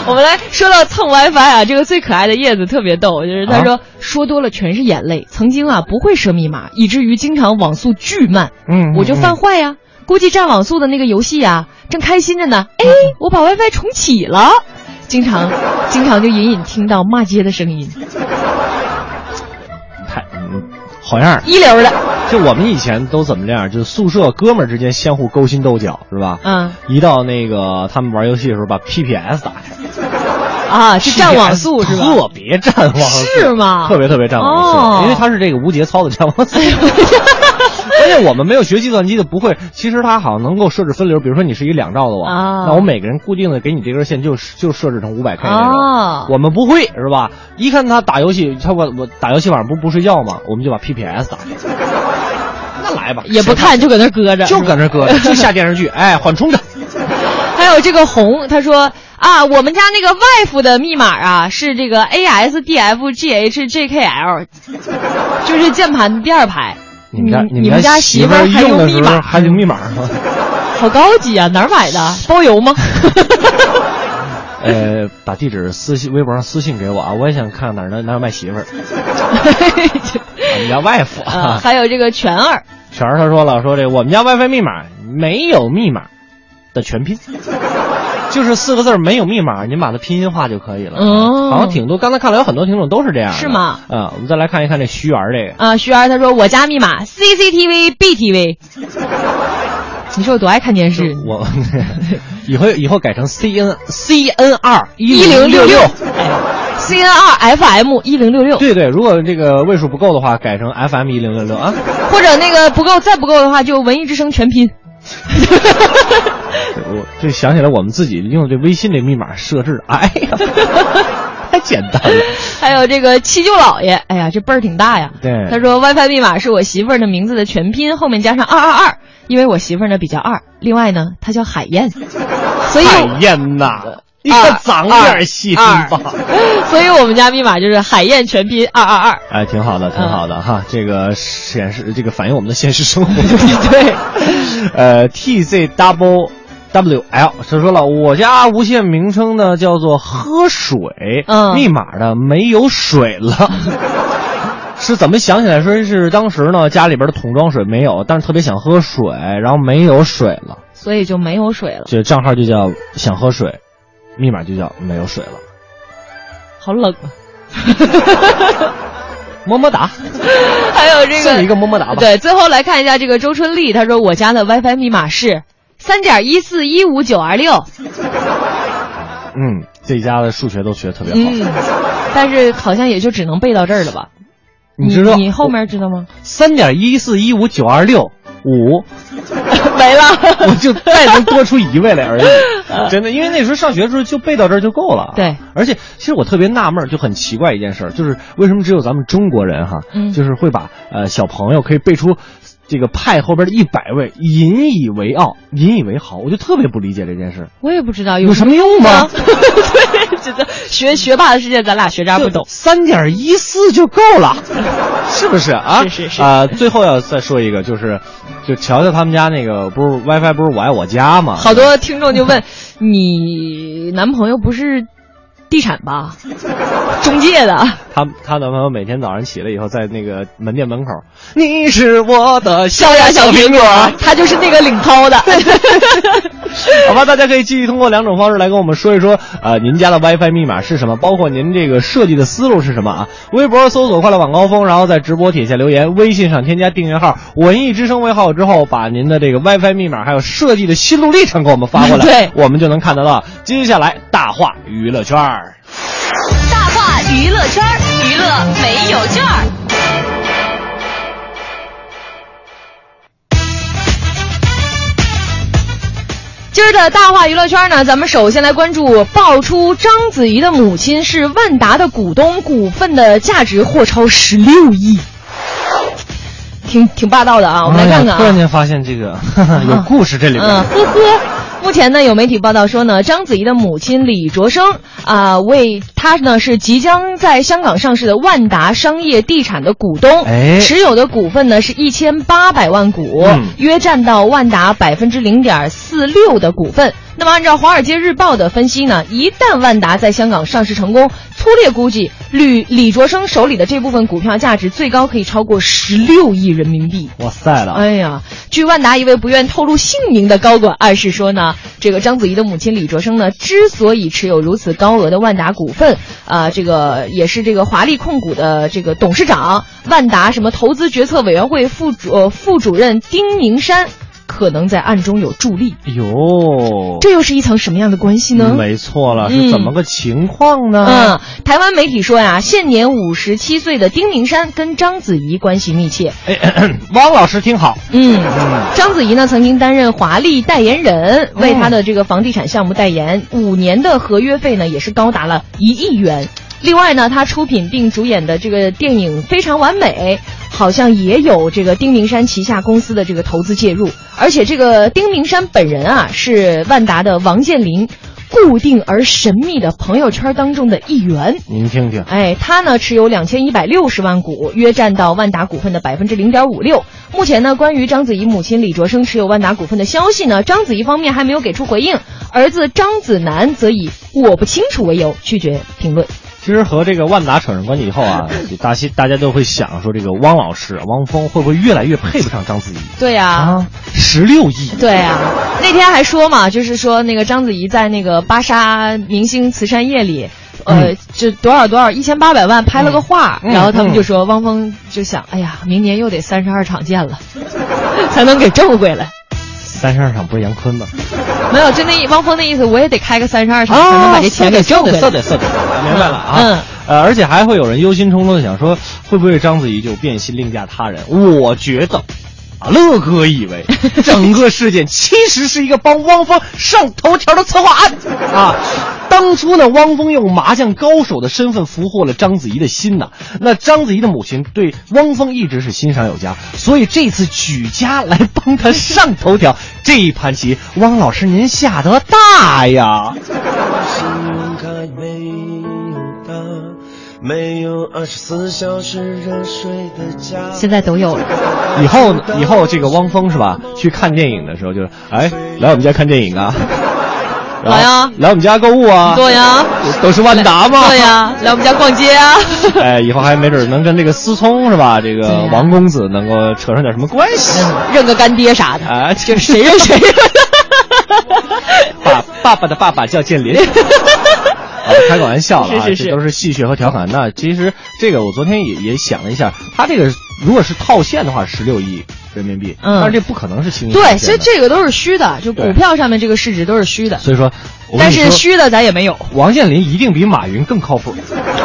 Speaker 4: 我们来说到蹭 WiFi 啊，这个最可爱的叶子特别逗，就是他
Speaker 5: 啊
Speaker 4: 说、说多了全是眼泪。曾经啊不会设密码，以至于经常网速巨慢，
Speaker 5: 嗯
Speaker 4: 我就犯坏呀、估计占网速的那个游戏呀、正开心着呢，
Speaker 5: 嗯
Speaker 4: 哎，我把 WiFi 重启了，经常 经常就隐隐听到骂街的声音，
Speaker 5: 太、嗯、好样儿。
Speaker 4: 一流的，
Speaker 5: 就我们以前都怎么这样，就是宿舍哥们儿之间相互勾心斗角是吧？
Speaker 4: 嗯
Speaker 5: 一到那个他们玩游戏的时候，把 PPS 打开，
Speaker 4: 啊，是占网速是吧？
Speaker 5: 特别占网速，
Speaker 4: 是吗
Speaker 5: 特别特别占网速，
Speaker 4: 哦哎
Speaker 5: 因为它是这个无节操的占网速。 而且我们没有学计算机的不会，其实它好像能够设置分流，比如说你是一两兆的网，
Speaker 4: 啊
Speaker 5: 那我每个人固定的给你这根线就就设置成五百 K 那种。
Speaker 4: 哦
Speaker 5: 我们不会是吧？一看他打游戏，他我我打游戏晚上不不睡觉嘛，我们就把 PPS 打开。那来吧，
Speaker 4: 也不看就搁那儿搁着，
Speaker 5: 就搁那搁着，就下电视剧，哎，缓 冲着。
Speaker 4: 还有这个红，他说啊，我们家那个 wife 的密码啊是这个 a s d f g h j k l，就是键盘的第二排。
Speaker 5: 你们家
Speaker 4: 你
Speaker 5: 们
Speaker 4: 家媳
Speaker 5: 媳
Speaker 4: 妇儿还
Speaker 5: 用
Speaker 4: 用
Speaker 5: 的
Speaker 4: 密
Speaker 5: 时候
Speaker 4: 码，
Speaker 5: 还用密码吗？
Speaker 4: 好高级啊！哪儿买 的？包邮吗？
Speaker 5: 呃，把地址私信微博上私信给我啊，我也想看看哪儿能哪有卖媳妇儿。我们家外父
Speaker 4: 啊，
Speaker 5: 啊，
Speaker 4: 还有这个全二，
Speaker 5: 全儿他说了，说这我们家 WiFi 密码没有密码的全拼，就是四个字儿没有密码，您把它拼音化就可以了。
Speaker 4: 哦
Speaker 5: 嗯好像挺多，刚才看了有很多听众都是这样的。
Speaker 4: 是吗
Speaker 5: 啊，我们再来看一看这徐源这个，
Speaker 4: 啊，徐儿他说我家密码 CCTV BTV，你说我多爱看电视？
Speaker 5: 我 以后以后改成 C N C N 二一六
Speaker 4: 六，CN 二 FM 一零六六，
Speaker 5: 对对，如果这个位数不够的话，改成 FM 一零六六啊。
Speaker 4: 或者那个不够再不够的话就文艺之声全 拼。
Speaker 5: 我这想起来我们自己用这微信这密码设置，哎呀，太简单了。
Speaker 4: 还有这个七舅老爷，哎呀，这辈儿挺大呀。
Speaker 5: 对
Speaker 4: 他说 WiFi 密码是我媳妇儿的名字的全拼，后面加上二二二，因为我媳妇儿呢比较二。另外呢，她叫海 燕，所以啊
Speaker 5: 海燕呐，你可长点心吧。
Speaker 4: 所以我们家密码就是海燕全拼二二二。
Speaker 5: 哎，挺好的，挺好
Speaker 4: 嗯
Speaker 5: 的哈，这个显示这个反映我们的现实生活。
Speaker 4: 对，
Speaker 5: 呃，T Z W W L，他说了，我家无线名称呢叫做喝水，
Speaker 4: 嗯
Speaker 5: 密码呢没有水了。 是怎么想起来？说是当时呢，家里边的桶装水没有，但是特别想喝水，然后没有水了，
Speaker 4: 所以就没有水了，
Speaker 5: 这账号就叫想喝水，密码就叫没有水 了。
Speaker 4: 好冷啊。
Speaker 5: 么么哒，
Speaker 4: 还有哎这
Speaker 5: 送
Speaker 4: 个
Speaker 5: 你一个么么哒吧。
Speaker 4: 对，最后来看一下这个周春丽，她说我家的 WiFi 密码是三点一四一五九二六，
Speaker 5: 嗯，这家的数学都学得特别好。
Speaker 4: 嗯，但是好像也就只能背到这儿了吧？
Speaker 5: 你知道
Speaker 4: 你后面知道吗？
Speaker 5: 三点一四一五九二六五
Speaker 4: 没了，
Speaker 5: 我就再能多出一位来 而已。真的，因为那时候上学的时候就背到这儿就够了。
Speaker 4: 对，
Speaker 5: 而且其实我特别纳闷儿，就很奇怪一件事儿，就是为什么只有咱们中国人哈，
Speaker 4: 嗯
Speaker 5: 就是会把呃小朋友可以背出。这个派后边的一百位引以为傲、引以为豪，我就特别不理解这件事，
Speaker 4: 我也不知道
Speaker 5: 有什么用吗
Speaker 4: 吗？？ 对，觉得学学霸的世界，咱俩学渣不懂。
Speaker 5: 三点一四就够了， 是不是啊？
Speaker 4: 是是是
Speaker 5: 啊、最后要再说一个，就是，就乔乔他们家那个不是 WiFi 不是我爱我家吗？
Speaker 4: 好多听众就问，你男朋友不是地产吧？中介的？
Speaker 5: 她她男朋友每天早上起来以后，在那个门店门口，你是我的
Speaker 4: 小呀小苹果，他就是那个领 抛的。
Speaker 5: 好吧，大家可以继续通过两种方式来跟我们说一说，呃，您家的 WiFi 密码是什么，包括您这个设计的思路是什么啊？微博搜索“快乐晚高峰”，然后在直播帖下留言，微信上添加订阅号“文艺之声”为好友之后，把您的这个 WiFi 密码还有设计的心路历程给我们发过来，
Speaker 4: 对
Speaker 5: 我们就能看得到。接下来大话娱乐圈儿。
Speaker 1: 大话娱乐圈儿，娱乐没有券儿。
Speaker 4: 今儿的大话娱乐圈呢，咱们首先来关注爆出章子怡的母亲是万达的股东，股份的价值或超十六亿，挺挺霸道的啊！我们来看看啊。
Speaker 5: 突然间发现这个 有故事，这里面、
Speaker 4: 嗯，呵呵。目前呢，有媒体报道说呢，章子怡的母亲李卓生啊、为她呢是即将在香港上市的万达商业地产的股东，
Speaker 5: 哎
Speaker 4: 持有的股份呢是一千八百万股，
Speaker 5: 嗯
Speaker 4: 约占到万达百分之零点四六的股份。那么，按照《华尔街日报》的分析呢，一旦万达在香港上市成功，粗略估计，李李卓生手里的这部分股票价值最高可以超过十六亿人民币。
Speaker 5: 哇塞了，
Speaker 4: 哎呀，据万达一位不愿透露姓名的高管暗示说呢，这个章子怡的母亲李卓生呢，之所以持有如此高额的万达股份，啊、这个也是这个华丽控股的这个董事长、万达什么投资决策委员会副主、呃、副主任丁宁山，可能在暗中有助力。
Speaker 5: 哟，
Speaker 4: 这又是一层什么样的关系呢？
Speaker 5: 哎嗯没错了，是怎么个情况呢？
Speaker 4: 嗯，台湾媒体说呀，现年五十七岁的丁宁山跟章子怡关系密切，
Speaker 5: 哎， 咳咳汪老师听好，
Speaker 4: 嗯，章子怡呢曾经担任华丽代言人，为她的这个房地产项目代言，五年的合约费呢也是高达了一亿元。另外呢，她出品并主演的这个电影《非常完美》，好像也有这个丁明山旗下公司的这个投资介入，而且这个丁明山本人啊是万达的王健林固定而神秘的朋友圈当中的一员。
Speaker 5: 您听听，
Speaker 4: 哎，他呢持有两千一百六十万股，约占到万达股份的百分之零点五六。目前呢，关于章子怡母亲李卓生持有万达股份的消息呢，章子怡方面还没有给出回应，儿子章子楠则以“我不清楚”为由拒绝评论。
Speaker 5: 其实和这个万达扯上关系以后 啊，就大家大家都会想说，这个汪老师、啊汪峰会不会越来越配不上章子怡
Speaker 4: 对呀、
Speaker 5: 啊？十六亿，
Speaker 4: 对啊，那天还说嘛，就是说那个章子怡在那个巴沙明星慈善夜里。呃，就多少多少一千八百万拍了个画，
Speaker 5: 嗯
Speaker 4: 然后他们
Speaker 5: 嗯
Speaker 4: 就说，汪峰就想，哎呀，明年又得三十二场见 了，才能给挣回来。
Speaker 5: 三十二场不是杨坤吗？
Speaker 4: 没有，就那意汪峰那意思，我也得开个三十二场才能把这钱
Speaker 5: 哦
Speaker 4: 给挣回来。
Speaker 5: 啊算得算得，明白了啊。
Speaker 4: 嗯
Speaker 5: 呃，而且还会有人忧心忡忡的想说，会不会章子怡就变心另嫁他人？我觉得。啊，乐哥以 为整个事件其实是一个帮汪峰上头条的策划案啊！当初呢，汪峰用麻将高手的身份俘获了章子怡的心呐、那章子怡的母亲对汪峰一直是欣赏有加，所以这次举家来帮他上头条，这一盘棋，汪老师您下得大呀！
Speaker 7: 信用卡没有到，没有二十四小时热水的家。
Speaker 4: 现在都有了，
Speaker 5: 以后呢以后这个汪峰是吧？去看电影的时候就是，哎，来我们家看电影 啊，然后
Speaker 4: 来啊
Speaker 5: 来我们家购物啊，
Speaker 4: 对呀，
Speaker 5: 都是万达嘛，
Speaker 4: 对呀，来我们家逛街啊。
Speaker 5: 哎，以后还没准能跟这个思聪是吧？这
Speaker 4: 对
Speaker 5: 个
Speaker 4: 呀
Speaker 5: 王公子能够扯上点什么关系
Speaker 4: 认个干爹 啥的，
Speaker 5: 啊？
Speaker 4: 就是谁认谁。
Speaker 5: 爸爸爸的爸爸叫建林。啊，开个玩笑了啊，
Speaker 4: 是是是
Speaker 5: 这都是戏谑和调侃。那其实这个我昨天也也想了一下，他这个如果是套现的话，十六亿人民币，
Speaker 4: 嗯
Speaker 5: 但是这不可能是轻易
Speaker 4: 对，
Speaker 5: 实现的
Speaker 4: 其实这个都是虚的，就股
Speaker 5: 对
Speaker 4: 票上面这个市值都是虚的，
Speaker 5: 所以说，我跟
Speaker 4: 但
Speaker 5: 你
Speaker 4: 是
Speaker 5: 说
Speaker 4: 虚的咱也没有。
Speaker 5: 王健林一定比马云更靠谱，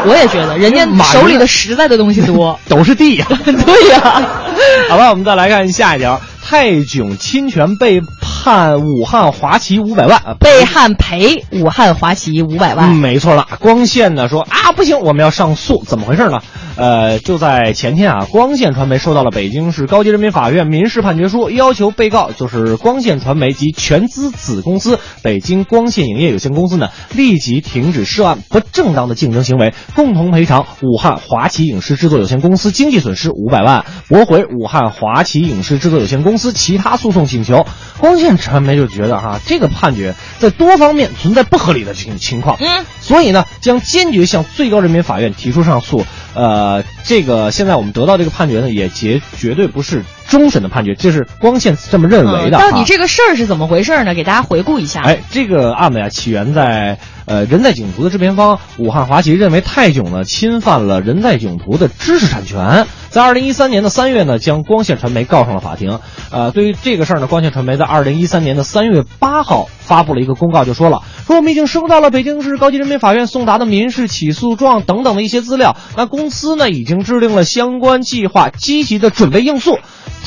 Speaker 4: 我也觉得人家
Speaker 5: 马云
Speaker 4: 手里的实在的东西 多。
Speaker 5: 都是地啊呀、
Speaker 4: 对呀、
Speaker 5: 好吧，我们再来看下一条，泰囧侵权被判汉武汉华旗五百万啊，
Speaker 4: 被汉赔武汉华旗五百万。
Speaker 5: 嗯，没错了。光线呢说啊，不行，我们要上诉，怎么回事呢？呃，就在前天啊，光线传媒收到了北京市高级人民法院民事判决书，要求被告就是光线传媒及全资子公司北京光线影业有限公司呢，立即停止涉案不正当的竞争行为，共同赔偿武汉华旗影视制作有限公司经济损失五百万，驳回武汉华旗影视制作有限公司其他诉讼请求。光线传媒就觉得哈、啊这个判决在多方面存在不合理的情情况，
Speaker 4: 嗯，
Speaker 5: 所以呢，将坚决向最高人民法院提出上诉。呃，这个现在我们得到这个判决呢，也绝绝对不是终审的判决，这是光线这么认为
Speaker 4: 嗯
Speaker 5: 的、
Speaker 4: 到底
Speaker 5: 啊
Speaker 4: 这个事儿是怎么回事呢？给大家回顾一下。
Speaker 5: 哎，这个案子呀，起源在呃人在囧途的制片方武汉华旗认为泰囧呢侵犯了人在囧途的知识产权，在二零一三年的三月呢，将光线传媒告上了法庭。呃，对于这个事儿呢，光线传媒在二零一三年的三月八号发布了一个公告，就说了，说我们已经收到了北京市高级人民法院送达的民事起诉状等等的一些资料，那公司呢已经制定了相关计划，积极的准备应诉。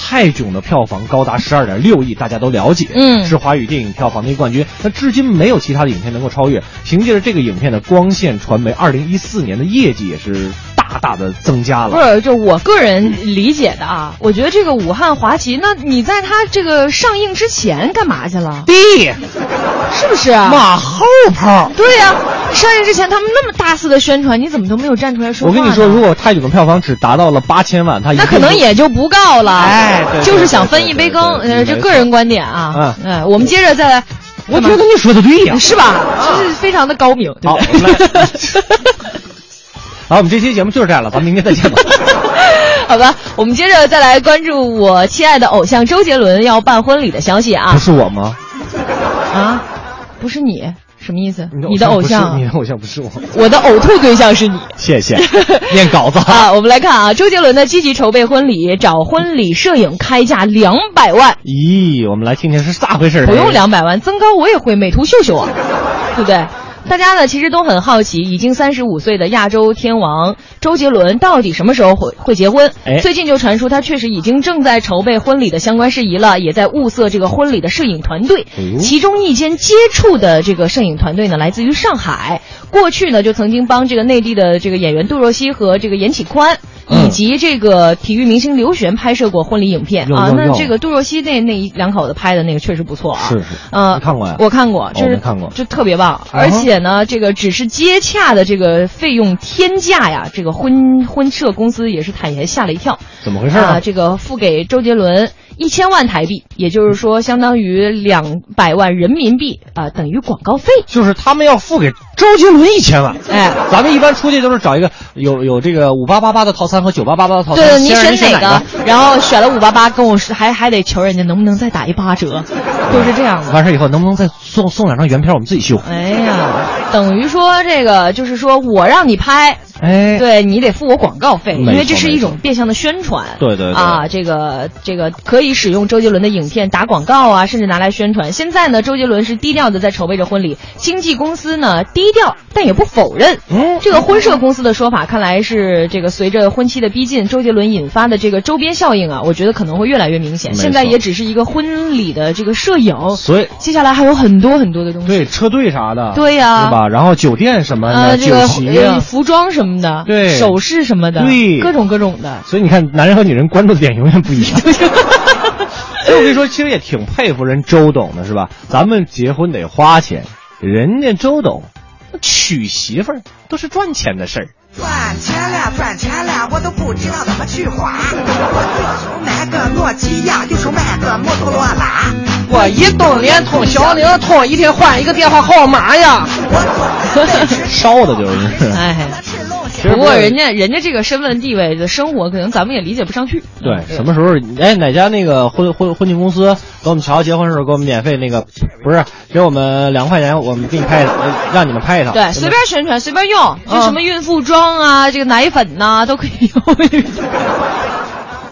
Speaker 5: 泰囧的票房高达十二点六亿，大家都了解，
Speaker 4: 嗯
Speaker 5: 是华语电影票房的一冠军。那至今没有其他的影片能够超越。凭借着这个影片的光线传媒，二零一四年的业绩也是大大的增加
Speaker 4: 不
Speaker 5: 了。
Speaker 4: 是，就我个人理解的啊，我觉得这个武汉华旗，那你在它这个上映之前干嘛去了？
Speaker 5: 弟，
Speaker 4: 是不是啊？
Speaker 5: 马后炮。
Speaker 4: 对呀、上映之前他们那么大肆的宣传，你怎么都没有站出来说
Speaker 5: 我
Speaker 4: 话呢？
Speaker 5: 跟你说，如果泰囧的票房只达到了八千万，他
Speaker 4: 那可能也就不告了，
Speaker 5: 哎对对
Speaker 4: 就是想分一杯羹，
Speaker 5: 对对对
Speaker 4: 呃，这
Speaker 5: 没错
Speaker 4: 个人观点啊，
Speaker 5: 嗯
Speaker 4: 哎，我们接着再来，
Speaker 5: 我觉得你说的对呀。
Speaker 4: 是吧？
Speaker 5: 啊
Speaker 4: 就是非常的高明，对
Speaker 5: 好，
Speaker 4: 不
Speaker 5: 我
Speaker 4: 对？
Speaker 5: 们来， 好，我们这期节目就是这样了，咱们明天再见吧。
Speaker 4: 好吧，我们接着再来关注我亲爱的偶像周杰伦要办婚礼的消息
Speaker 5: 不
Speaker 4: 啊
Speaker 5: 是我吗？
Speaker 4: 啊，不是你，什么意思？
Speaker 5: 你
Speaker 4: 你的偶像
Speaker 5: 不是，你的偶像不是我。
Speaker 4: 我的呕吐对象是你。
Speaker 5: 谢 谢， 念稿子啊。
Speaker 4: 啊，我们来看啊，周杰伦呢积极筹备婚礼，找婚礼摄影开价两百万，
Speaker 5: 咦，我们来听听是咋回事儿？
Speaker 4: 不用两百万，增高我也会美图秀秀啊，对不对？大家呢其实都很好奇，已经三十五岁的亚洲天王周杰伦到底什么时候会会结婚？
Speaker 5: 哎
Speaker 4: 最近就传出他确实已经正在筹备婚礼的相关事宜了，也在物色这个婚礼的摄影团队。
Speaker 5: 哎呦
Speaker 4: 其中一间接触的这个摄影团队呢，来自于上海。过去呢就曾经帮这个内地的这个演员杜若溪和这个严启宽。
Speaker 5: 嗯
Speaker 4: 以及这个体育明星刘璇拍摄过婚礼影片
Speaker 5: 哟
Speaker 4: 啊
Speaker 5: 哟，
Speaker 4: 那
Speaker 5: 哟
Speaker 4: 这个杜若溪那那一两口子拍的那个确实不错啊。
Speaker 5: 是是
Speaker 4: 呃，
Speaker 5: 你看过呀哦
Speaker 4: 我看过，这
Speaker 5: 我
Speaker 4: 是
Speaker 5: 没看过啊
Speaker 4: 这特别棒。而且呢，这个只是接洽的这个费用天价呀，这个婚婚摄公司也是坦言吓了一跳。
Speaker 5: 怎么回事儿啊
Speaker 4: 啊？这个付给周杰伦一千万台币，也就是说相当于两百万人民币啊、等于广告费。
Speaker 5: 就是他们要付给周杰伦一千万。
Speaker 4: 哎，
Speaker 5: 咱们一般出去都是找一个有有这个五八八八的套餐和九八八八的套餐，
Speaker 4: 对，你
Speaker 5: 先让
Speaker 4: 选
Speaker 5: 人选
Speaker 4: 哪
Speaker 5: 个
Speaker 4: 个？？然后选了五八八，跟我说还还得求人家能不能再打一八折，都是这样的。
Speaker 5: 完事儿以后能不能再送送两张原片，我们自己修？
Speaker 4: 哎呀，等于说这个就是说我让你拍，
Speaker 5: 哎，
Speaker 4: 对你得付我广告费，因
Speaker 5: 没
Speaker 4: 为
Speaker 5: 错
Speaker 4: 这是
Speaker 5: 没
Speaker 4: 一
Speaker 5: 错
Speaker 4: 种变相的宣传。
Speaker 5: 对对对
Speaker 4: 啊，这个这个可以使用周杰伦的影片打广告啊，甚至拿来宣传。现在呢，周杰伦是低调的在筹备着婚礼，经纪公司呢低调但也不否认。
Speaker 5: 嗯
Speaker 4: 这个婚摄公司的说法，看来是这个随着婚期的逼近，周杰伦引发的这个周边效应啊，我觉得可能会越来越明显。
Speaker 5: 没
Speaker 4: 现在
Speaker 5: 错
Speaker 4: 也只是一个婚礼的这个摄影，
Speaker 5: 所以
Speaker 4: 接下来还有很多很多的东西。
Speaker 5: 对车队啥的，
Speaker 4: 对呀
Speaker 5: 是吧？然后酒店什么
Speaker 4: 呃，
Speaker 5: 的，
Speaker 4: 这
Speaker 5: 啊酒
Speaker 4: 个
Speaker 5: 席呀
Speaker 4: 呃，服装什么的，
Speaker 5: 对
Speaker 4: 首饰什么的，
Speaker 5: 对
Speaker 4: 各种各种的。
Speaker 5: 所以你看，男人和女人关注的点永远不一样。 所以我跟你说，其实也挺佩服人周董的，是吧？咱们结婚得花钱，人家周董娶媳妇儿都是赚钱的事儿。
Speaker 8: 赚钱了，赚钱了，我都不知道怎么去花。我右手买个诺基亚，右手买个摩托罗拉。
Speaker 2: 我移动、联通、小灵通一天换一个电话号码呀。
Speaker 8: 我准备吃
Speaker 5: 烧的就是
Speaker 4: 哎，
Speaker 8: 吃龙虾。
Speaker 4: 不过人家人家这个身份地位的生活，可能咱们也理解不上去。
Speaker 5: 对，什么时候？哎，哪家那个婚婚婚庆公司给我们乔乔结婚的时候给我们免费那个，不是给我们两块钱，我们给你拍，呃让你们拍一套。
Speaker 4: 对，随便宣传，随便用，
Speaker 5: 嗯
Speaker 4: 就什么孕妇装啊，这个奶粉呐、都可以用。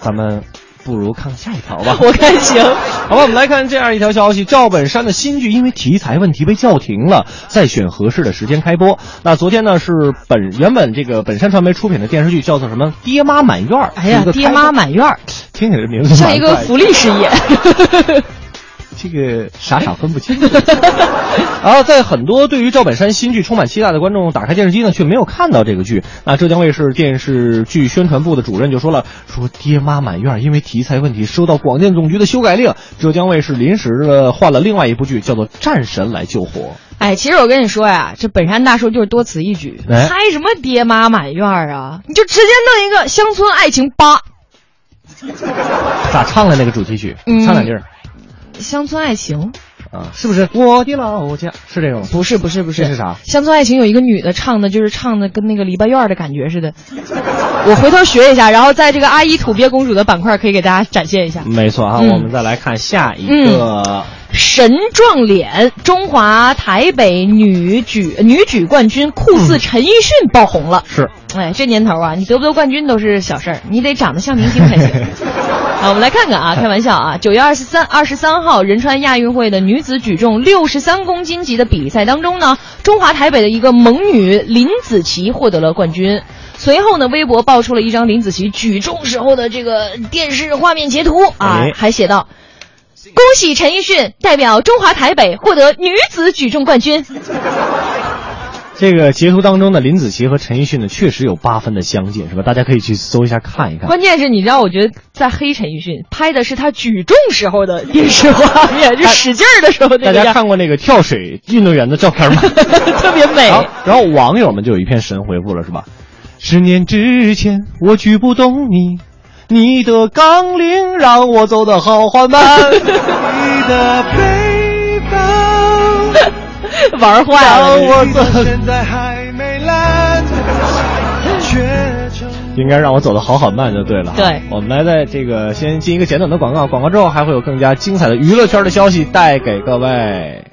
Speaker 5: 咱们不如看下一条吧。
Speaker 4: 我看行。
Speaker 5: 好吧，我们来看这样一条消息：赵本山的新剧因为题材问题被叫停了，再选合适的时间开播。那昨天呢是本原本这个本山传媒出品的电视剧叫做什么《爹妈满院儿》。
Speaker 4: 哎呀
Speaker 5: 是一，个
Speaker 4: 爹
Speaker 5: 开播
Speaker 4: 妈，满院儿，
Speaker 5: 听起来这名字
Speaker 4: 像一个
Speaker 5: 蛮怪的
Speaker 4: 福利事业。
Speaker 5: 这个傻傻分不 清。然后在很多对于赵本山新剧充满期待的观众打开电视机呢，却没有看到这个剧。那浙江卫视电视剧宣传部的主任就说了：“说爹妈满院因为题材问题收到广电总局的修改令，浙江卫视临时的换了另外一部剧，叫做《战神来救 火》。”
Speaker 4: 哎，其实我跟你说呀，这本山大叔就是多此一举，
Speaker 5: 哎
Speaker 4: 拍什么爹妈满院儿啊？你就直接弄一个乡村爱情八，
Speaker 5: 咋唱的那个主题曲？
Speaker 4: 嗯
Speaker 5: 唱两句儿
Speaker 4: 乡村爱情
Speaker 5: 啊，是不是？我的老家是这个吗？
Speaker 4: 嗯不是不是不是
Speaker 5: 这是啥
Speaker 4: 乡村爱情有一个女的唱的，就是唱的跟那个篱笆院儿的感觉似的。我回头学一下，然后在这个阿依土鳖公主的板块可以给大家展现一下。
Speaker 5: 没错啊，
Speaker 4: 嗯
Speaker 5: 我们再来看下一个。
Speaker 4: 神撞脸，中华台北女举女举冠军酷似陈奕迅爆红了。
Speaker 5: 是，
Speaker 4: 哎，这年头啊，你得不得冠军都是小事儿，你得长得像明星才行。啊，我们来看看啊，开玩笑啊，九月二十三二十三号仁川亚运会的女子举重六十三公斤级的比赛当中呢，中华台北的一个猛女林子琪获得了冠军。随后呢，微博爆出了一张林子琪举重时候的这个电视画面截图啊
Speaker 5: 哎，
Speaker 4: 还写道：“恭喜陈奕迅代表中华台北获得女子举重冠军。”
Speaker 5: 这个截图当中呢，林子琪和陈奕迅呢确实有八分的相近，是吧？大家可以去搜一下看一看。
Speaker 4: 关键是，你知道，我觉得在黑陈奕迅拍的是他举重时候的电视画面，就使劲儿的时候那
Speaker 5: 大
Speaker 4: 个样
Speaker 5: 家看过那个跳水运动员的照片吗？
Speaker 4: 特别美
Speaker 5: 然后，然后网友们就有一片神回复了，是吧？十年之前，我举不动你，你的杠铃让我走得好缓 慢。
Speaker 7: 你的背包。
Speaker 4: 玩坏
Speaker 5: 让
Speaker 4: 了。
Speaker 5: 我 走，
Speaker 7: 现在还没来得及，却成
Speaker 5: 应该让我走得好缓慢就对了。
Speaker 4: 对
Speaker 5: 我们来在这个先进一个简短的广告，广告之后还会有更加精彩的娱乐圈的消息带给各位。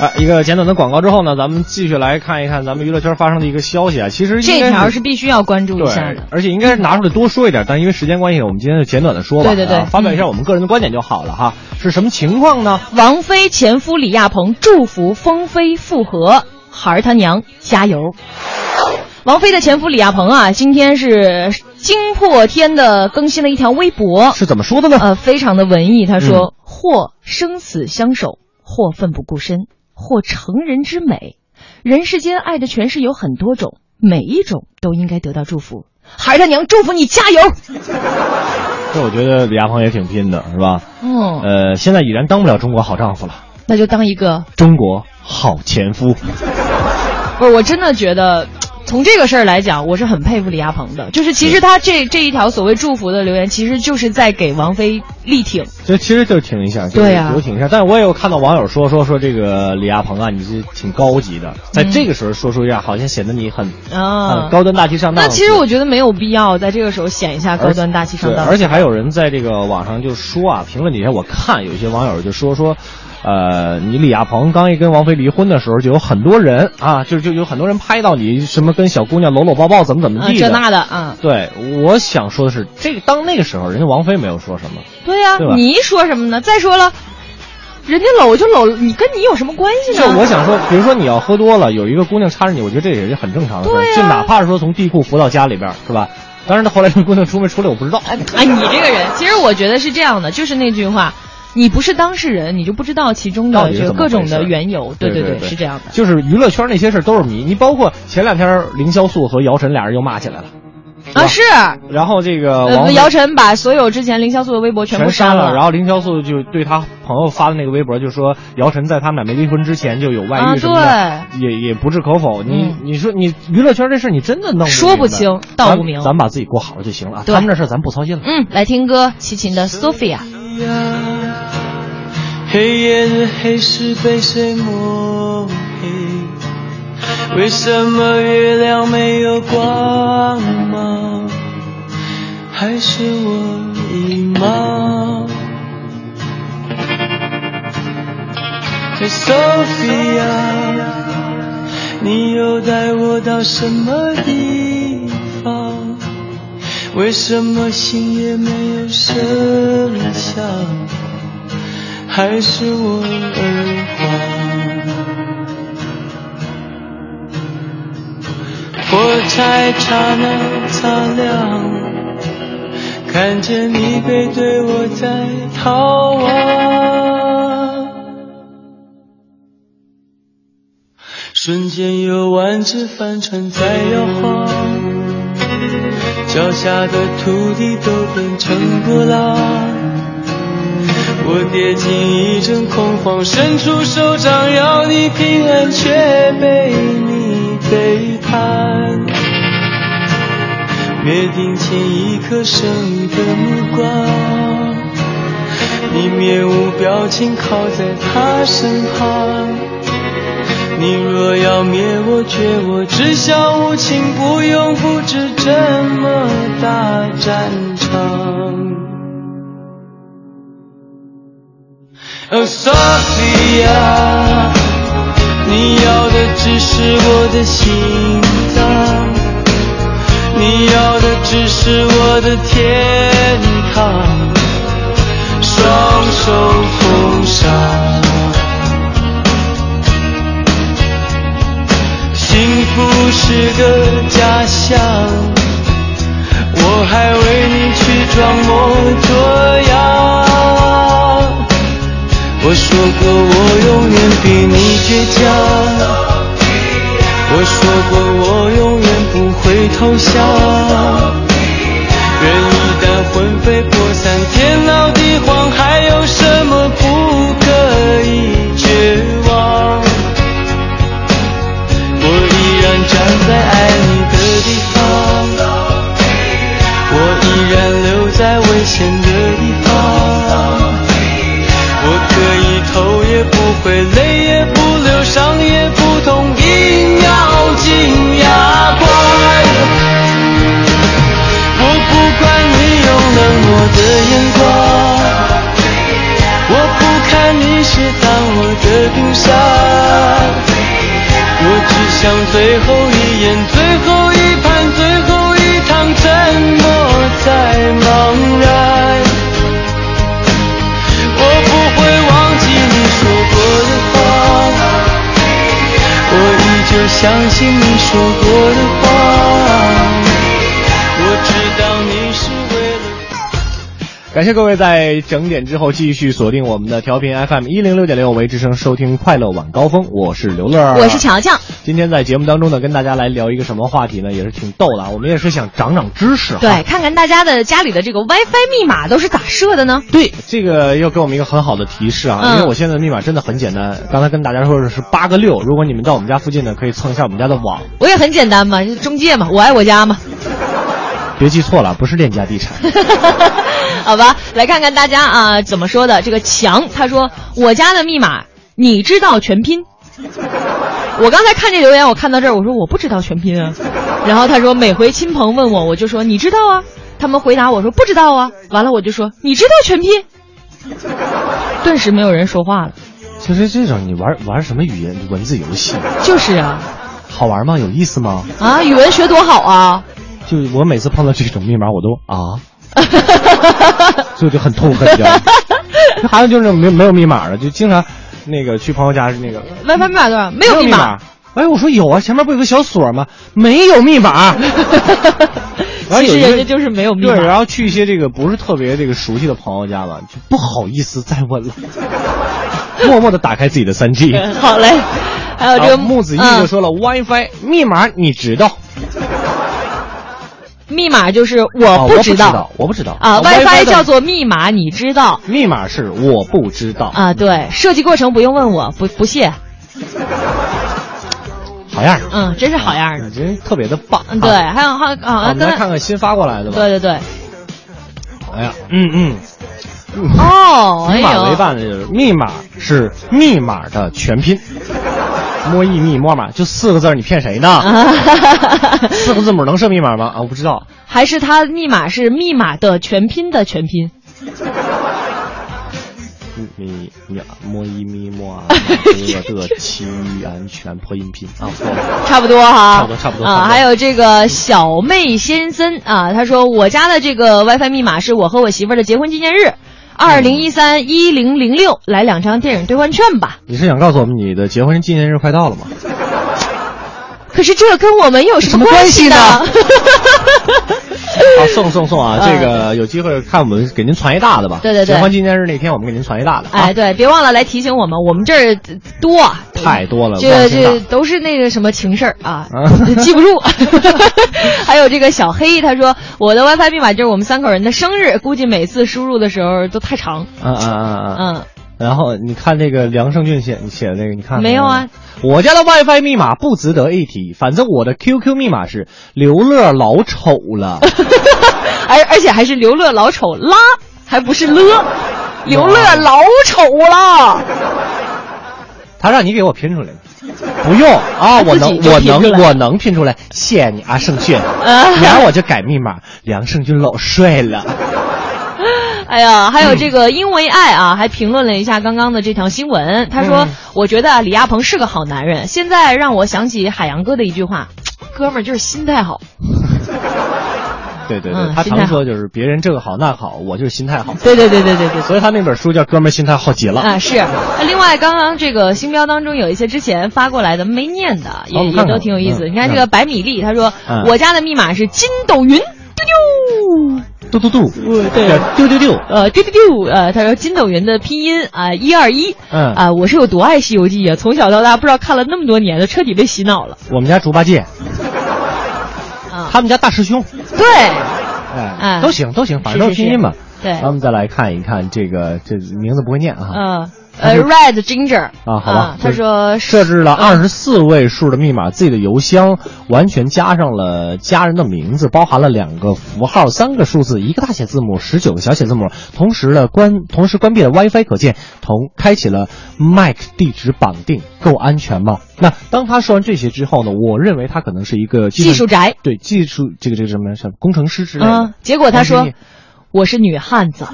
Speaker 5: 啊，一个简短的广告之后呢，咱们继续来看一看咱们娱乐圈发生的一个消息啊。其实应
Speaker 4: 这
Speaker 5: 该
Speaker 4: 条是必须要关注一下
Speaker 5: 对
Speaker 4: 的，。
Speaker 5: 而且应该是拿出来多说一点，但因为时间关系，我们今天就简短的说吧。
Speaker 4: 对对对
Speaker 5: 啊发表一下我们个人的观点就好了哈。是什么情况呢？
Speaker 4: 王菲前夫李亚鹏祝福风飞复合，孩儿他娘加油！王菲的前夫李亚鹏啊，今天是惊破天的更新了一条微博，
Speaker 5: 是怎么说的呢？
Speaker 4: 呃，非常的文艺。他
Speaker 5: 嗯
Speaker 4: 说：“或生死相守，或奋不顾身，或成人之美。人世间爱的诠释有很多种，每一种都应该得到祝福。孩儿他娘，祝福你，加油！”
Speaker 5: 这我觉得李亚鹏也挺拼的，是吧？
Speaker 4: 嗯，
Speaker 5: 呃，现在已然当不了中国好丈夫了，
Speaker 4: 那就当一个
Speaker 5: 中国好前夫。
Speaker 4: 不是，我真的觉得。从这个事儿来讲，我是很佩服李亚鹏的。就是其实他这这一条所谓祝福的留言，其实就是在给王菲力挺。
Speaker 5: 这其实就是挺一下，
Speaker 4: 对啊
Speaker 5: 有挺一下。但是我也有看到网友说说说这个李亚鹏啊，你是挺高级的，在这个时候说出这样，好像显得你很
Speaker 4: 嗯啊
Speaker 5: 很高端大气上档。
Speaker 4: 那其实我觉得没有必要在这个时候显一下高端大气上档。
Speaker 5: 对而且还有人在这个网上就说啊，评论底下我看有一些网友就说说，呃，你李亚鹏刚一跟王菲离婚的时候，就有很多人啊，就就有很多人拍到你什么跟小姑娘搂搂抱抱，怎么怎么
Speaker 4: 啊，
Speaker 5: 地
Speaker 4: 这
Speaker 5: 的。
Speaker 4: 那的啊，
Speaker 5: 对，我想说的是，这个当那个时候，人家王菲没有说什么，
Speaker 4: 对呀、
Speaker 5: 对吧
Speaker 4: 你说什么呢？再说了，人家搂就搂，你跟你有什么关系
Speaker 5: 就
Speaker 4: 呢？
Speaker 5: 我想说，比如说你要喝多了，有一个姑娘插着你，我觉得这也是很正常的事儿
Speaker 4: 对，呀啊
Speaker 5: 就哪怕是说从地库扶到家里边儿，是吧？当然，她后来这个姑娘出没出来我不知道。
Speaker 4: 哎，你这个人，其实我觉得是这样的，就是那句话。你不是当事人，你就不知道其 中
Speaker 5: 到
Speaker 4: 的
Speaker 5: 底
Speaker 4: 这
Speaker 5: 是
Speaker 4: 个
Speaker 5: 怎么
Speaker 4: 各种的
Speaker 5: 回事
Speaker 4: 缘由。
Speaker 5: 对
Speaker 4: 对
Speaker 5: 对
Speaker 4: 是这样的。
Speaker 5: 就是娱乐圈那些事儿都是谜。你包括前两天凌潇肃和姚晨俩人又骂起来了，
Speaker 4: 啊，是，
Speaker 5: 然后这个王
Speaker 4: 呃，
Speaker 5: 菲
Speaker 4: 姚晨把所有之前凌潇肃的微博全部
Speaker 5: 全删
Speaker 4: 了，
Speaker 5: 然后凌潇肃就对他朋友发的那个微博就说，姚晨在他们俩没离婚之前就有外
Speaker 4: 啊
Speaker 5: 遇什么的，也也不置可否。你、
Speaker 4: 嗯
Speaker 5: 你说你娱乐圈这事儿你真的弄
Speaker 4: 说不
Speaker 5: 明白
Speaker 4: 清道不
Speaker 5: 咱
Speaker 4: 明
Speaker 5: 咱把自己过好了就行了。
Speaker 4: 对
Speaker 5: 他们这事儿咱不操心了。
Speaker 4: 嗯，来听歌，齐秦的 Sophia。
Speaker 7: 黑夜的黑是被谁抹黑？为什么月亮没有光芒？还是我遗忘？嘿，Sophia，你又带我到什么地方？为什么心也没有声响？还是我耳环。火柴刹那擦亮，看着你背对我在逃亡，瞬间有万只帆船在摇晃，脚下的土地都变成波浪。我跌进一阵恐慌，伸出手掌要你平安，却被你背叛。灭顶前一刻胜利的目光，你面无表情靠在他身旁。你若要灭我绝我，只想无情不用，不止这么大战场。Oh Sophia，你要的只是我的心脏，你要的只是我的天堂，双手奉上，幸福是个假象，我还为你去装模作样。我说过我永远比你倔强，我说过我永远不会投降。人一旦魂飞魄散，天闹地荒，还有什么不可以绝望？我依然站在爱你的地方，我依然留在危险的地方。我可以头也不回，泪也不流，伤也不痛，硬咬紧牙关。我不管你用冷漠的眼光，我不看你是当我的冰山，我只想最后一眼，最后一盘，最后一趟，沉默再茫然。我不会忘记你说过的话，我依旧相信你说过的话。我知道你是为了。
Speaker 5: 感谢各位在整点之后继续锁定我们的调频 FM 一零六点六为之声收听快乐晚高峰，我是刘乐，
Speaker 4: 我是乔乔。
Speaker 5: 今天在节目当中呢，跟大家来聊一个什么话题呢？也是挺逗的啊，我们也是想长长知识哈。
Speaker 4: 对，看看大家的家里的这个 WiFi 密码都是咋设的呢？
Speaker 5: 对，这个又给我们一个很好的提示啊，
Speaker 4: 嗯
Speaker 5: 因为我现在的密码真的很简单，刚才跟大家说的是八个六，如果你们到我们家附近呢，可以蹭一下我们家的网，
Speaker 4: 我也很简单嘛，就是中介嘛，我爱我家嘛。
Speaker 5: 别记错了，不是链家地产。
Speaker 4: 好吧，来看看大家啊、怎么说的。这个强他说我家的密码你知道全拼。 我刚才看这留言，我看到这儿，我说我不知道全拼啊。然后他说每回亲朋问我，我就说你知道啊。他们回答我说不知道啊。完了我就说你知道全拼。顿时没有人说话了。
Speaker 5: 其实这种你玩玩什么语言文字游戏，
Speaker 4: 就是啊
Speaker 5: 好玩吗？有意思吗？
Speaker 4: 啊，语文学多好啊。
Speaker 5: 就我每次碰到这种密码，我都啊，所以我就很痛恨掉。还有就是那种没有没有密码的，就经常那个去朋友家是那个
Speaker 4: WiFi 密码多少？没
Speaker 5: 没
Speaker 4: 有密
Speaker 5: 密
Speaker 4: 码。。
Speaker 5: 哎，我说有啊，前面不有个小锁吗？没有密 码。然后
Speaker 4: 其
Speaker 5: 有
Speaker 4: 实
Speaker 5: 一个
Speaker 4: 人家就是没有密码。
Speaker 5: 对，然后去一些这个不是特别这个熟悉的朋友家吧，就不好意思再问了， 默默的打开自己的三 G。
Speaker 4: 好嘞，还有这个
Speaker 5: 啊木子毅
Speaker 4: 嗯
Speaker 5: 就说了、WiFi 密码你知道，
Speaker 4: 密码就是
Speaker 5: 啊
Speaker 4: 我
Speaker 5: 我不
Speaker 4: 知
Speaker 5: 道，我不知道
Speaker 4: 啊
Speaker 5: ，WiFi
Speaker 4: ，WiFi
Speaker 5: 的
Speaker 4: 叫做密码，你知道
Speaker 5: 密码是我不知道，
Speaker 4: 啊？对，设计过程不用问我，不不屑，
Speaker 5: 好样儿，
Speaker 4: 嗯，真是好样
Speaker 5: 你
Speaker 4: 的。
Speaker 5: 真特别的棒。
Speaker 4: 嗯，对，还有还
Speaker 5: 好啊
Speaker 4: 有
Speaker 5: 我
Speaker 4: 啊，
Speaker 5: 们来
Speaker 4: 刚才
Speaker 5: 看看新发过来的吧。
Speaker 4: 对对对，
Speaker 5: 哎呀，嗯嗯，
Speaker 4: 哦，哎
Speaker 5: 密码为
Speaker 4: 呦，
Speaker 5: 伴的就是密码是密码的全拼，摸一密摸码就四个字儿，你骗谁 呢？
Speaker 4: 啊
Speaker 5: 四个字母能是密码吗？啊，我不知道。
Speaker 4: 还是他密码是密码的全拼的全拼，
Speaker 5: 咪咪摸一咪摸啊，这的其余安全破音频啊，错了。
Speaker 4: 差不多哈，
Speaker 5: 差不多差不多差不多
Speaker 4: 啊。还有这个小妹先生啊，他说我家的这个 WiFi 密码是我和我媳妇儿的结婚纪念日，二零一三一零零六，来两张电影兑换券吧。
Speaker 5: 你是想告诉我们你的结婚纪念日快到了吗？
Speaker 4: 可是这跟我们有什么
Speaker 5: 有什么关
Speaker 4: 系
Speaker 5: 系
Speaker 4: 呢
Speaker 5: 呢？ 啊，送送送啊！这个有机会看我们给您传一大的吧。
Speaker 4: 嗯对对对
Speaker 5: 结婚纪念日那天我们给您传一大的。啊
Speaker 4: 哎，，对，别忘了来提醒我们，我们这儿多，
Speaker 5: 太多了，
Speaker 4: 这
Speaker 5: 忘记大
Speaker 4: 这都是那个什么情事儿啊
Speaker 5: 啊，
Speaker 4: 记不住。 还有这个小黑，他说我的 WiFi 密码就是我们三口人的生日，估计每次输入的时候都太长。
Speaker 5: 啊啊啊啊！
Speaker 4: 嗯，
Speaker 5: 然后你看这个梁胜俊写你写的这个，你看
Speaker 4: 没有啊？
Speaker 5: 我家的 WiFi 密码不值得一提，反正我的 QQ 密码是刘乐老丑了，
Speaker 4: 而而且还是刘乐老丑啦，还不是
Speaker 5: 啊
Speaker 4: 了，刘乐老丑了。
Speaker 5: 他让你给我拼出来的，不用啊，我
Speaker 4: 自
Speaker 5: 能
Speaker 4: 己就
Speaker 5: 我
Speaker 4: 拼出
Speaker 5: 能
Speaker 4: 来
Speaker 5: 我能拼出来，谢谢你啊，胜俊，
Speaker 4: 啊
Speaker 5: 明儿我就改密码，梁胜俊老帅了，
Speaker 4: 哎呀，
Speaker 5: 嗯
Speaker 4: 还有这个因为爱啊，还评论了一下刚刚的这条新闻。他
Speaker 5: 嗯
Speaker 4: 说：“我觉得啊李亚鹏是个好男人。”现在让我想起海洋哥的一句话：“哥们儿就是心态好。
Speaker 5: 对对对，
Speaker 4: 嗯
Speaker 5: 他
Speaker 4: 心态
Speaker 5: 常
Speaker 4: 好
Speaker 5: 说就是别人这个好那好，我就是心态好”，
Speaker 4: 对对对对对对。
Speaker 5: 所以他那本书叫《哥们儿心态好极了》
Speaker 4: 啊，是。那另外，刚刚这个星标当中有一些之前发过来的没念的，也
Speaker 5: 我们
Speaker 4: 也
Speaker 5: 看看
Speaker 4: 都挺有意思。
Speaker 5: 嗯
Speaker 4: 你看这个白米粒，他说
Speaker 5: 嗯
Speaker 4: 我家的密码是筋斗云，丢丢。
Speaker 5: 嘟嘟嘟，对，丢丢丢，
Speaker 4: 呃，丢丢丢，呃，他说筋斗云的拼音啊，一二一，
Speaker 5: 嗯
Speaker 4: 啊，我是有多爱《西游记》啊，从小到大不知道看了那么多年了，彻底被洗脑了
Speaker 5: 我们家猪八戒，
Speaker 4: 啊。
Speaker 5: 他们家大师兄，
Speaker 4: 对，
Speaker 5: 哎
Speaker 4: 哎，
Speaker 5: 都行都行，反正都
Speaker 4: 是是
Speaker 5: 拼音嘛。
Speaker 4: 是对
Speaker 5: 然后我们再来看一看这个这名字不会念啊。
Speaker 4: 嗯，呃，Red Ginger 嗯
Speaker 5: 啊，好吧，
Speaker 4: 他说
Speaker 5: 设置了
Speaker 4: 嗯
Speaker 5: 二十四位数的密码，自己的邮箱完全加上了家人的名字，包含了两个符号、三个数字、一个大写字母、十九个小写字母。同时呢，关同时关闭了 WiFi 可见，同开启了 MAC 地址绑定，够安全吗？那当他说完这些之后呢，我认为他可能是一个
Speaker 4: 技
Speaker 5: 算
Speaker 4: 术宅，
Speaker 5: 对技术这个这个什么什么工程师之类的。
Speaker 4: 嗯，结果他
Speaker 5: 但
Speaker 4: 说
Speaker 5: 是
Speaker 4: 我是女汉子，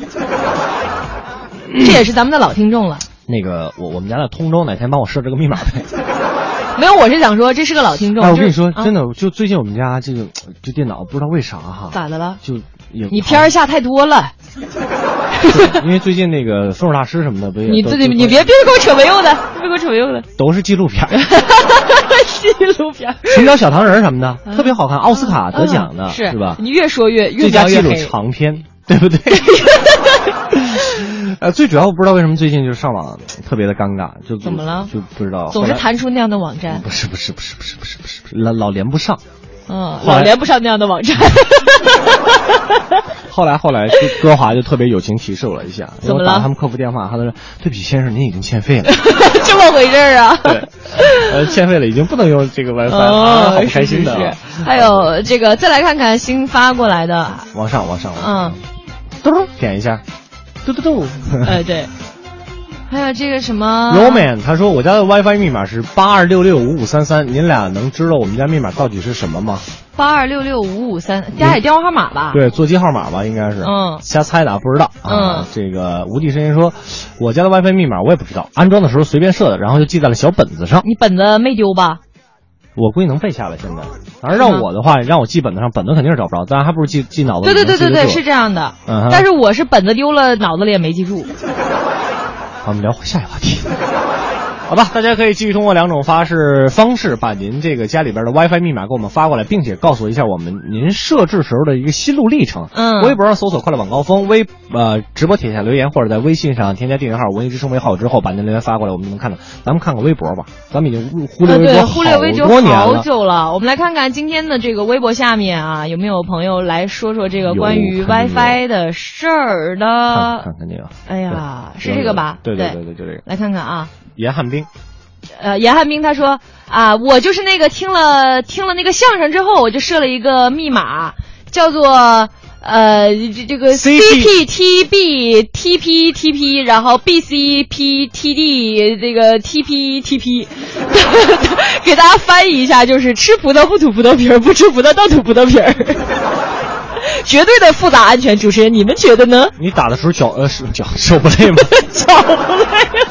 Speaker 4: 这也是咱们的老听众了。
Speaker 5: 那个我我们家的通州哪天帮我设置个密码 呗？
Speaker 4: 没有，我是想说这是个老听众。
Speaker 5: 哎，我
Speaker 4: 就
Speaker 5: 跟你
Speaker 4: 是
Speaker 5: 说，
Speaker 4: 啊
Speaker 5: 真的，就最近我们家这个这电脑不知道为啥哈，
Speaker 4: 咋的了？
Speaker 5: 就也
Speaker 4: 你片儿下太 多了，
Speaker 5: 对因为最近那个分数大师什么的，不也
Speaker 4: 你
Speaker 5: 都
Speaker 4: 自己
Speaker 5: 都
Speaker 4: 你别别给我扯没用的，别给我扯没用的，
Speaker 5: 都是纪录片儿，
Speaker 4: 纪录片儿。
Speaker 5: 《寻找小糖人》什么的，特别好看，奥斯卡得奖的
Speaker 4: 啊嗯是
Speaker 5: 吧？
Speaker 4: 你越说越越
Speaker 5: 最佳
Speaker 4: 描越
Speaker 5: 纪录
Speaker 4: 黑
Speaker 5: 长片，对不对？ 呃，最主要我不知道为什么最近就上网特别的尴尬，就
Speaker 4: 怎么了
Speaker 5: 就不知道，
Speaker 4: 总
Speaker 5: 后
Speaker 4: 是
Speaker 5: 来嗯
Speaker 4: 弹出那样的网站，
Speaker 5: 不是不是不是不是不是不是不是老老连不上，
Speaker 4: 嗯，
Speaker 5: 后来
Speaker 4: 老连不上那样的网站。
Speaker 5: 后来后来，就歌华就特别友情提示我了一下，
Speaker 4: 怎么了
Speaker 5: 我打他们客服电话，他都说：“对不起，先生，您已经欠 费了。
Speaker 4: 这么回事儿啊？”
Speaker 5: 对，呃，欠费了，已经不能用这个 WiFi 了，啊好
Speaker 4: 哦，
Speaker 5: 不开心的
Speaker 4: 是是
Speaker 5: 啊。
Speaker 4: 是还有这个，再来看看新发过来的，
Speaker 5: 往上，往上，往上
Speaker 4: 嗯，
Speaker 5: 嘟点一下，嘟嘟嘟。
Speaker 4: 呃，对，还有这个什么
Speaker 5: Roman 他说：“我家的 WiFi 密码是八二六六五五三三，您俩能知道我们家密码到底是什么吗？
Speaker 4: 八二六六五五三，加点电话号码吧。
Speaker 5: 嗯对，座机号码吧，应该是。
Speaker 4: 嗯
Speaker 5: 瞎猜的，啊，不知道啊。
Speaker 4: 嗯
Speaker 5: 这个无敌声音说，我家的 WiFi 密码我也不知道，安装的时候随便设的，然后就记在了小本子上。
Speaker 4: 你本子没丢吧？
Speaker 5: 我估计能背下来。现在，反正
Speaker 4: 是吗
Speaker 5: 让我的话，让我记本子上，本子肯定是找不着，但还不如记记脑子
Speaker 4: 对
Speaker 5: 里
Speaker 4: 对
Speaker 5: 能记
Speaker 4: 对
Speaker 5: 得住。
Speaker 4: 对对，是这样的。
Speaker 5: 嗯哼
Speaker 4: 但是我是本子丢了，脑子里也没记住。
Speaker 5: 好，我们聊下一个话题。 好吧，大家可以继续通过两种发式方式把您这个家里边的 WiFi 密码给我们发过来，并且告诉一下我们您设置时候的一个心路历程。
Speaker 4: 嗯
Speaker 5: 微博上搜索“快乐晚高峰”，微呃直播帖下留言，或者在微信上添加订阅号“文艺之声”为好友之后，把您留言发过来，我们就能看到。咱们看看微博吧，咱们已经忽略
Speaker 4: 呃
Speaker 5: 微
Speaker 4: 对，
Speaker 5: 博
Speaker 4: 忽略微博
Speaker 5: 多年
Speaker 4: 好
Speaker 5: 了。
Speaker 4: 久了。我们来看看今天的这个微博下面啊，有没有朋友来说说这个
Speaker 5: 有
Speaker 4: 关于
Speaker 5: 肯定有
Speaker 4: WiFi 的事儿
Speaker 5: 看
Speaker 4: 呢
Speaker 5: 看？看这个，
Speaker 4: 哎呀，是这个吧？
Speaker 5: 对对对对，就这个。
Speaker 4: 来看看啊，
Speaker 5: 严汉斌，
Speaker 4: 呃，严汉斌他说啊，我就是那个听了听了那个相声之后，我就设了一个密码，叫做呃这这个
Speaker 5: CP
Speaker 4: CPTB TP TP，然后 BCPTD 这个 TP TP，给大家翻译一下，就是吃葡萄不吐葡萄皮儿，不吃葡萄倒吐葡萄皮儿， 绝对的复杂安全。主持人，你们觉得呢？
Speaker 5: 你打的时候脚呃手脚手不累吗？
Speaker 4: 巧不累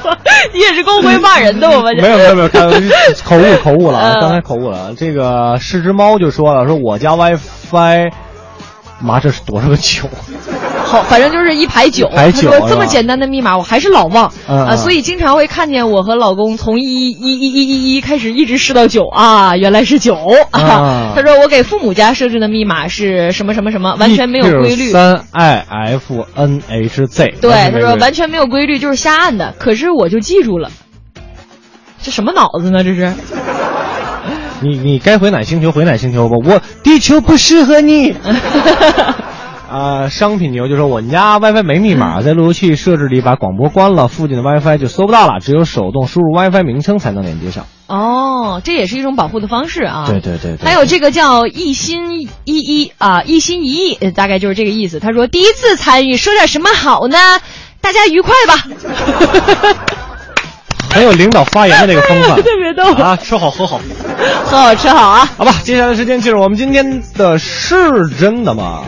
Speaker 4: 了，你也是够会骂人的，我发现
Speaker 5: 没有没有没有， 开玩笑口误口误了啊，
Speaker 4: 嗯
Speaker 5: 刚才口误了。这个是只猫就说了，说我家 WiFi 妈，这是多少个九？
Speaker 4: 好，反正就是一排九。
Speaker 5: 一排九
Speaker 4: 他说
Speaker 5: 是
Speaker 4: 这么
Speaker 5: 吧
Speaker 4: 简单的密码，我还是老忘啊、
Speaker 5: 嗯嗯
Speaker 4: 所以经常会看见我和老公从一一一一一一开始一直试到九啊，原来是九 啊
Speaker 5: 啊
Speaker 4: 他说我给父母家设置的密码是什么什么什 么，完全没有规律。
Speaker 5: 三 i f n h z。
Speaker 4: 对，他说完
Speaker 5: 全
Speaker 4: 全没有规律，就是瞎按的。可是我就记住了，这什么脑子呢？这是
Speaker 5: 没规律。你你该回哪星球回哪星球吧，我地球不适合 你。啊、商品牛就说我们家 WiFi 没密 码，在路由器设置里把广播关了，附近的 WiFi 就搜不到了，只有手动输入 WiFi 名称才能连接上。
Speaker 4: 哦，这也是一种保护的方式啊。
Speaker 5: 对对对对。
Speaker 4: 还有这个叫一心一意啊，一心一意，呃大概就是这个意思。他说第一次参与，说点什么好呢？大家愉快 吧。
Speaker 5: 很有领导发言的这个风范，
Speaker 4: 哎呦 特别逗
Speaker 5: 啊！吃好喝好，
Speaker 4: 喝好吃好啊！
Speaker 5: 好吧。接下来时间进入我们今天的是真的吗？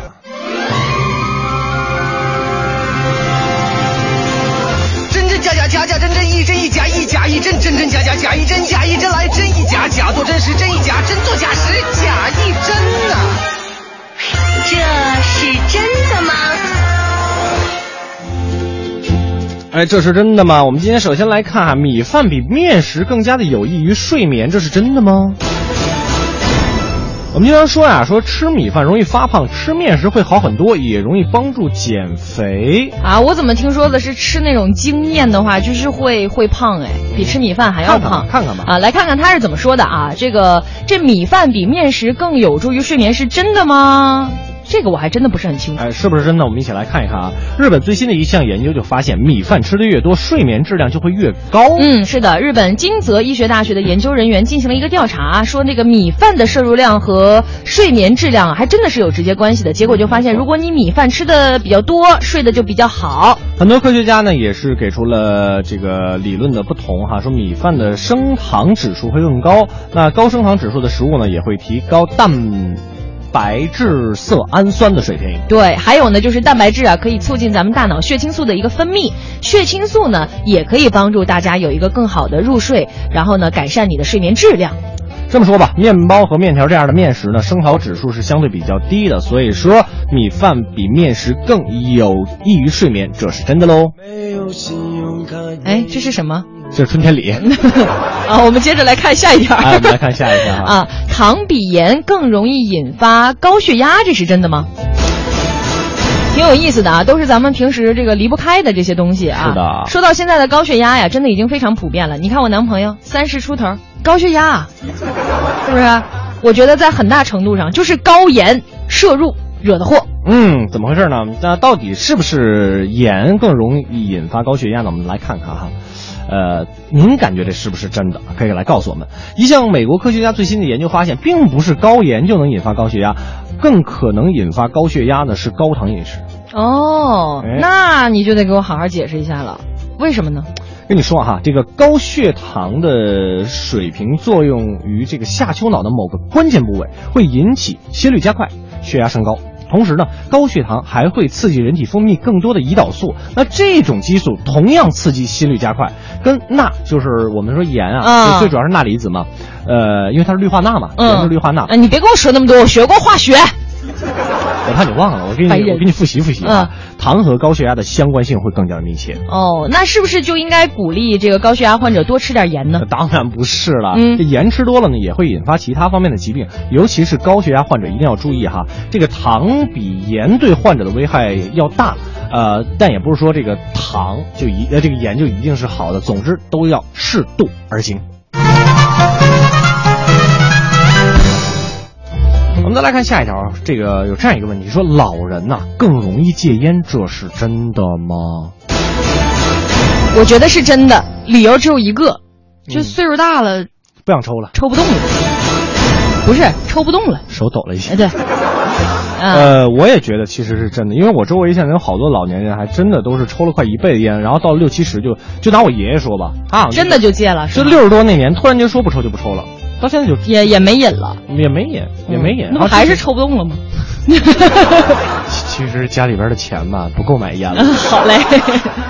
Speaker 8: 真真假假，假假真真，一真一假，一假一真，真真假假，假一真，假一真来，真一假，假做真实，真一假，真做假实，假一真呐、
Speaker 1: 这是真的吗？
Speaker 5: 哎，这是真的吗？我们今天首先来看哈，米饭比面食更加的有益于睡眠，这是真的吗？我们经常说呀、说吃米饭容易发胖，吃面食会好很多，也容易帮助减肥。
Speaker 4: 啊，我怎么听说的是吃那种精面的话，就是会会胖哎，比吃米饭还
Speaker 5: 看
Speaker 4: 要
Speaker 5: 看吧
Speaker 4: 胖。
Speaker 5: 看看吧
Speaker 4: 啊，来看看他是怎么说的啊。这个这米饭比面食更有助于睡眠，是真的吗？这个我还真的不是很清楚。
Speaker 5: 哎，是不是真的？我们一起来看一看啊！日本最新的一项研究就发现，米饭吃的越多，睡眠质量就会越高。
Speaker 4: 嗯，是的，日本金泽医学大学的研究人员进行了一个调查，说那个米饭的摄入量和睡眠质量还真的是有直接关系的。结果就发现，如果你米饭吃的比较多，睡得就比较好。
Speaker 5: 很多科学家呢也是给出了这个理论的不同哈，说米饭的升糖指数会更高，那高升糖指数的食物呢也会提高蛋白质色氨酸的水平。
Speaker 4: 对，还有呢，就是蛋白质啊，可以促进咱们大脑血清素的一个分泌，血清素呢也可以帮助大家有一个更好的入睡，然后呢改善你的睡眠质量。
Speaker 5: 这么说吧，面包和面条这样的面食呢，升糖指数是相对比较低的，所以说米饭比面食更有益于睡眠，这是真的喽。
Speaker 7: 没有信用卡。
Speaker 4: 哎，这是什么？
Speaker 5: 这是春天里，
Speaker 4: 啊，我们接着来看下 一 条。
Speaker 5: 哎，我们来看下一个啊。
Speaker 4: 啊，糖比盐更容易引发高血压，这是真的吗？挺有意思的啊，都是咱们平时这个离不开的这些东西啊。
Speaker 5: 是的
Speaker 4: 说到现在的高血压呀，真的已经非常普遍了。你看我男朋友三十出头，高血压啊，是不是？我觉得在很大程度上就是高盐摄入惹的祸。
Speaker 5: 嗯，怎么回事呢？那到底是不是盐更容易引发高血压呢？我们来看看哈。呃，您感觉这是不是真的？可以来告诉我们。一项美国科学家最新的研究发现，并不是高盐就能引发高血压，更可能引发高血压的是高糖饮食。
Speaker 4: 哦
Speaker 5: 哎，
Speaker 4: 那你就得给我好好解释一下了，为什么呢？
Speaker 5: 跟你说哈，这个高血糖的水平作用于这个下丘脑的某个关键部位，会引起心率加快、血压升高。同时呢，高血糖还会刺激人体分泌更多的胰岛素，那这种激素同样刺激心率加快，跟钠就是我们说盐啊，
Speaker 4: 啊
Speaker 5: 最主要是钠离子嘛，呃，因为它是氯化钠嘛，盐是氯化钠，
Speaker 4: 啊，你别跟我说那么多，我学过化学。
Speaker 5: 我怕你忘了，我给你
Speaker 4: 白人嗯
Speaker 5: 我给你复习复习啊，糖和高血压的相关性会更加密切。
Speaker 4: 哦，那是不是就应该鼓励这个高血压患者多吃点盐呢
Speaker 5: 那？当然不是了，
Speaker 4: 嗯
Speaker 5: 这盐吃多了呢，也会引发其他方面的疾病，尤其是高血压患者一定要注意哈。这个糖比盐对患者的危害要大，呃，但也不是说这个糖就一呃这个盐就一定是好的，总之都要适度而行。我们再来看下一条啊，这个有这样一个问题，说老人呐、更容易戒烟，这是真的吗？
Speaker 4: 我觉得是真的，理由只有一个，就
Speaker 5: 嗯
Speaker 4: 岁数大了，
Speaker 5: 不想抽了，
Speaker 4: 抽不动了。不是抽不动了，
Speaker 5: 手抖了一下
Speaker 4: 哎，。对，啊，
Speaker 5: 呃，我也觉得其实是真的，因为我周围现在有好多老年人，还真的都是抽了快一辈子烟，然后到了六七十就就拿我爷爷说吧，啊，
Speaker 4: 真的就戒了，是
Speaker 5: 就
Speaker 4: 吗
Speaker 5: 六十多那年，突然间说不抽就不抽了，到现在就
Speaker 4: 也也没瘾了，
Speaker 5: 也没瘾，也没瘾，啊
Speaker 4: 嗯嗯那
Speaker 5: 然
Speaker 4: 不
Speaker 5: 后
Speaker 4: 还是
Speaker 5: 其实
Speaker 4: 抽不动了 吗？
Speaker 5: 其其实家里边的钱吧不够买烟 了。
Speaker 4: 好嘞，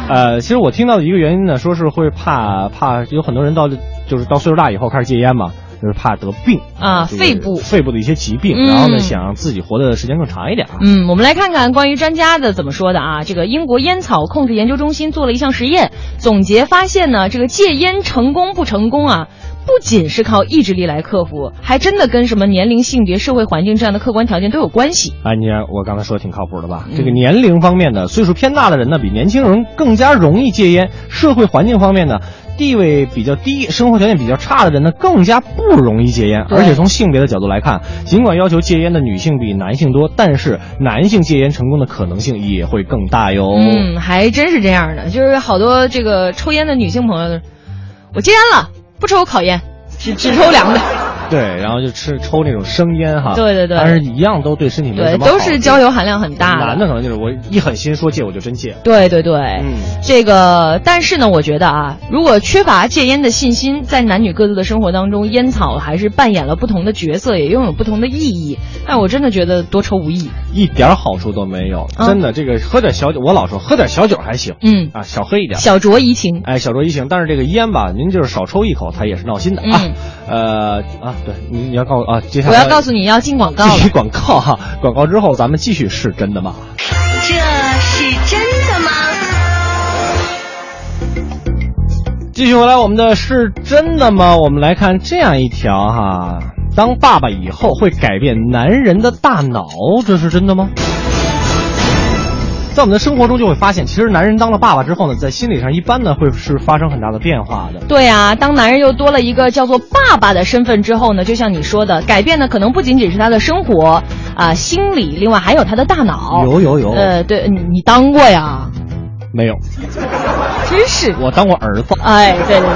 Speaker 5: 呃，其实我听到的一个原因呢，说是会怕怕有很多人到就是到岁数大以后开始戒烟嘛，就是怕得病
Speaker 4: 啊
Speaker 5: 就是
Speaker 4: 肺部
Speaker 5: 肺部的一些疾病，
Speaker 4: 嗯
Speaker 5: 然后呢，想让自己活的时间更长一点啊。
Speaker 4: 嗯，我们来看看关于专家的怎么说的啊。这个英国烟草控制研究中心做了一项实验，总结发现呢，这个戒烟成功不成功啊，不仅是靠意志力来克服，还真的跟什么年龄、性别、社会环境这样的客观条件都有关系。
Speaker 5: 哎，你看我刚才说的挺靠谱的吧？
Speaker 4: 嗯
Speaker 5: 这个年龄方面呢，岁数偏大的人呢，比年轻人更加容易戒烟；社会环境方面呢，地位比较低、生活条件比较差的人呢，更加不容易戒烟。
Speaker 4: 对
Speaker 5: 而且从性别的角度来看，尽管要求戒烟的女性比男性多，但是男性戒烟成功的可能性也会更大哟。
Speaker 4: 嗯，还真是这样的，就是好多这个抽烟的女性朋友都是，我戒烟了，不抽烤烟，只只抽凉的，
Speaker 5: 对，然后就吃抽那种生烟哈。
Speaker 4: 对对对
Speaker 5: 但是一样都对身体没
Speaker 4: 对
Speaker 5: 什，么好
Speaker 4: 都是焦油含量很大
Speaker 5: 男的可能就是我一狠心说戒我就真戒了。
Speaker 4: 对对对，
Speaker 5: 嗯
Speaker 4: 这个，但是呢，我觉得啊，如果缺乏戒烟的信心，在男女各自的生活当中，烟草还是扮演了不同的角色，也拥有不同的意义。但我真的觉得多抽无益。
Speaker 5: 一点好处都没有，
Speaker 4: 嗯
Speaker 5: 真的。这个喝点小酒，我老说喝点小酒还行，
Speaker 4: 嗯，
Speaker 5: 啊，小喝一点。
Speaker 4: 小酌怡 情。
Speaker 5: 哎，小酌怡情，但是这个烟吧，您就是少抽一口，它也是闹心的啊
Speaker 4: 嗯。
Speaker 5: 呃啊，对，你你要告诉啊，接下
Speaker 4: 我
Speaker 5: 来
Speaker 4: 要告诉你要进广告
Speaker 5: 继
Speaker 4: 了
Speaker 5: 续。广告哈、广告之后咱们继续是真的吗？
Speaker 1: 这是真的吗？
Speaker 5: 继续回来，我们的是真的吗？我们来看这样一条哈、当爸爸以后会改变男人的大脑，这是真的吗？在我们的生活中就会发现，其实男人当了爸爸之后呢，在心理上一般呢会是发生很大的变化的。
Speaker 4: 对啊，当男人又多了一个叫做爸爸的身份之后呢，就像你说的，改变的可能不仅仅是他的生活啊、心理，另外还有他的大脑。
Speaker 5: 有有有
Speaker 4: 呃，对你你当过呀？
Speaker 5: 没有，
Speaker 4: 真是。
Speaker 5: 我当我儿子。
Speaker 4: 哎，对对对，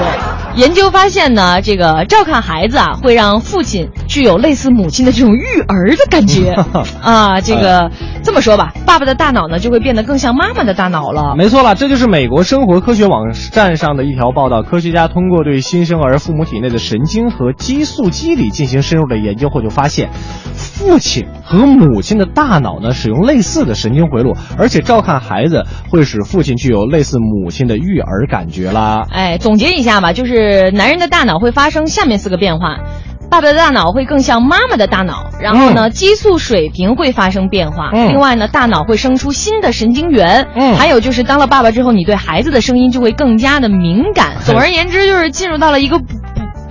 Speaker 4: 研究发现呢，这个照看孩子啊，会让父亲具有类似母亲的这种育儿的感觉啊。这个这么说吧，爸爸的大脑呢就会变得更像妈妈的大脑了。
Speaker 5: 没错了，这就是美国生活科学网站上的一条报道。科学家通过对新生儿父母体内的神经和激素机理进行深入的研究后，就发现，父亲和母亲的大脑呢使用类似的神经回路，而且照看孩子会使父亲具有类似母亲的育儿感觉啦。
Speaker 4: 哎，总结一下吧，就是男人的大脑会发生下面四个变化。爸爸的大脑会更像妈妈的大脑，然后呢，激素水平会发生变化。
Speaker 5: 嗯
Speaker 4: 另外呢，大脑会生出新的神经元。
Speaker 5: 嗯
Speaker 4: 还有就是当了爸爸之后，你对孩子的声音就会更加的 敏感。总而言之，就是进入到了一个哺哺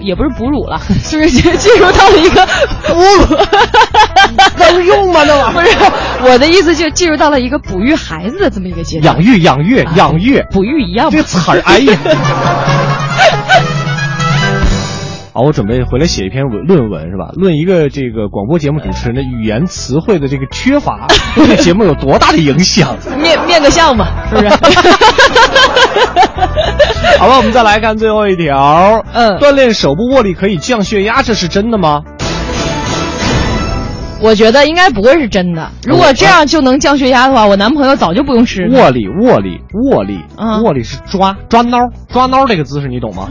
Speaker 4: 也不是哺乳了， 就是进进入到了一个 哺乳。能用吗？那玩意 不是我的意思，就进入到了一个哺育孩子的这么一个阶段
Speaker 5: 养，育，养育，养育，
Speaker 4: 哺育一样
Speaker 5: 这
Speaker 4: 嘛。
Speaker 5: 词儿，哎呀！ 好，我准备回来写一篇文论文是吧？论一个这个广播节目主持人的语言词汇的这个缺 乏，对节目有多大的影响？
Speaker 4: 面面个笑嘛，是不是？
Speaker 5: 好吧，我们再来看最后一条。
Speaker 4: 嗯
Speaker 5: 锻炼手部握力可以降血压，这是真的吗？
Speaker 4: 我觉得应该不会是真的。如果这样就能降血压的话，我男朋友早就不用吃了。
Speaker 5: 握力，握力，握力，
Speaker 4: 嗯
Speaker 5: 握力是抓抓挠，抓挠这个姿势你懂吗？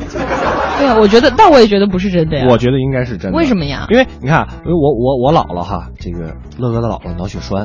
Speaker 4: 对啊，我觉得，但我也觉得不是真的呀。
Speaker 5: 我觉得应该是真的。
Speaker 4: 啊为什么呀
Speaker 5: 因为你看，因为我我我姥姥哈，这个乐哥的姥姥脑血栓，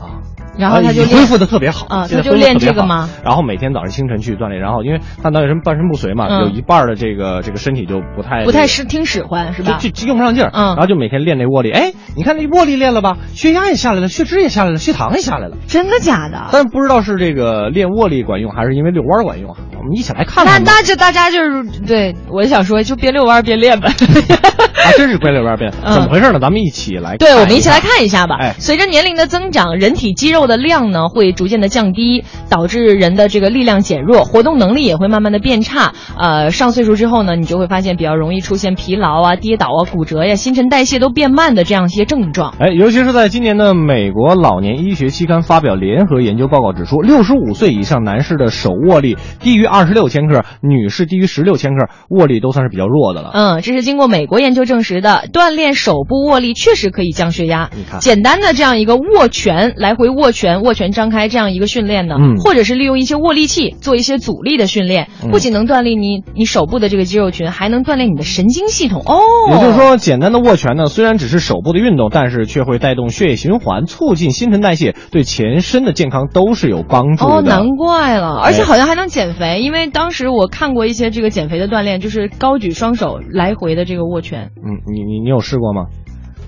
Speaker 5: 啊，
Speaker 4: 然后
Speaker 5: 啊
Speaker 4: 他就
Speaker 5: 已
Speaker 4: 练
Speaker 5: 恢复的特别好
Speaker 4: 啊
Speaker 5: 现在
Speaker 4: 他就
Speaker 5: 恢复得
Speaker 4: 练
Speaker 5: 特别
Speaker 4: 这个
Speaker 5: 好
Speaker 4: 吗？
Speaker 5: 然后每天早上清晨去锻炼，然后因为他脑血栓半身不遂嘛，
Speaker 4: 嗯
Speaker 5: 有一半儿的这个这个身体就不太
Speaker 4: 不太是听使唤是
Speaker 5: 就
Speaker 4: 吧？
Speaker 5: 哎就就用不上劲儿，
Speaker 4: 嗯
Speaker 5: 然后就每天练这握力，哎，你看那握力练了吧，血压也下来了，血脂也下来了，血糖也下来了，
Speaker 4: 真的假的？
Speaker 5: 但不知道是这个练握力管用，还是因为遛弯儿管用啊？我们一起来看
Speaker 4: 那
Speaker 5: 看吧。
Speaker 4: 那这大家就是对，我就想说，就别遛弯儿别 练呗。
Speaker 5: 还啊真是归遛弯儿变，
Speaker 4: 嗯
Speaker 5: 怎么回事呢？咱们一起来看
Speaker 4: 对，我们一起来看一下吧。
Speaker 5: 哎
Speaker 4: 随着年龄的增长，人体肌肉的量呢会逐渐的降低，导致人的这个力量减弱，活动能力也会慢慢的变差。呃，上岁数之后呢，你就会发现比较容易出现疲劳啊、跌倒啊、骨折呀、新陈代谢都变慢的这样一些症状。
Speaker 5: 哎，尤其是在今年的美国老年医学期刊发表联合研究报告指出，六十五岁以上男士的手握力低于二十六千克，女士低于十六千克，握力都算是比较弱的了。
Speaker 4: 嗯，这是经过美国研究证实的，锻炼手部握力确实可以降血压
Speaker 5: 你看。
Speaker 4: 简单的这样一个握拳，来回握拳、握拳张开这样一个训练呢，
Speaker 5: 嗯
Speaker 4: 或者是利用一些握力器做一些阻力的训练，不仅能锻炼你你手部的这个肌肉群，还能锻炼你的神经系统哦。
Speaker 5: 也就是，说，简单的握拳呢，虽然只是手部的运动，但是却会带动血液循环，促进新陈代谢，对全身的健康都是有帮助的。哎
Speaker 4: 哦，难怪了，而且好像还能减肥，因为当时我看过一些这个减肥的锻炼，就是高举双手来回的这个握拳。
Speaker 5: 嗯，你你你有试过吗？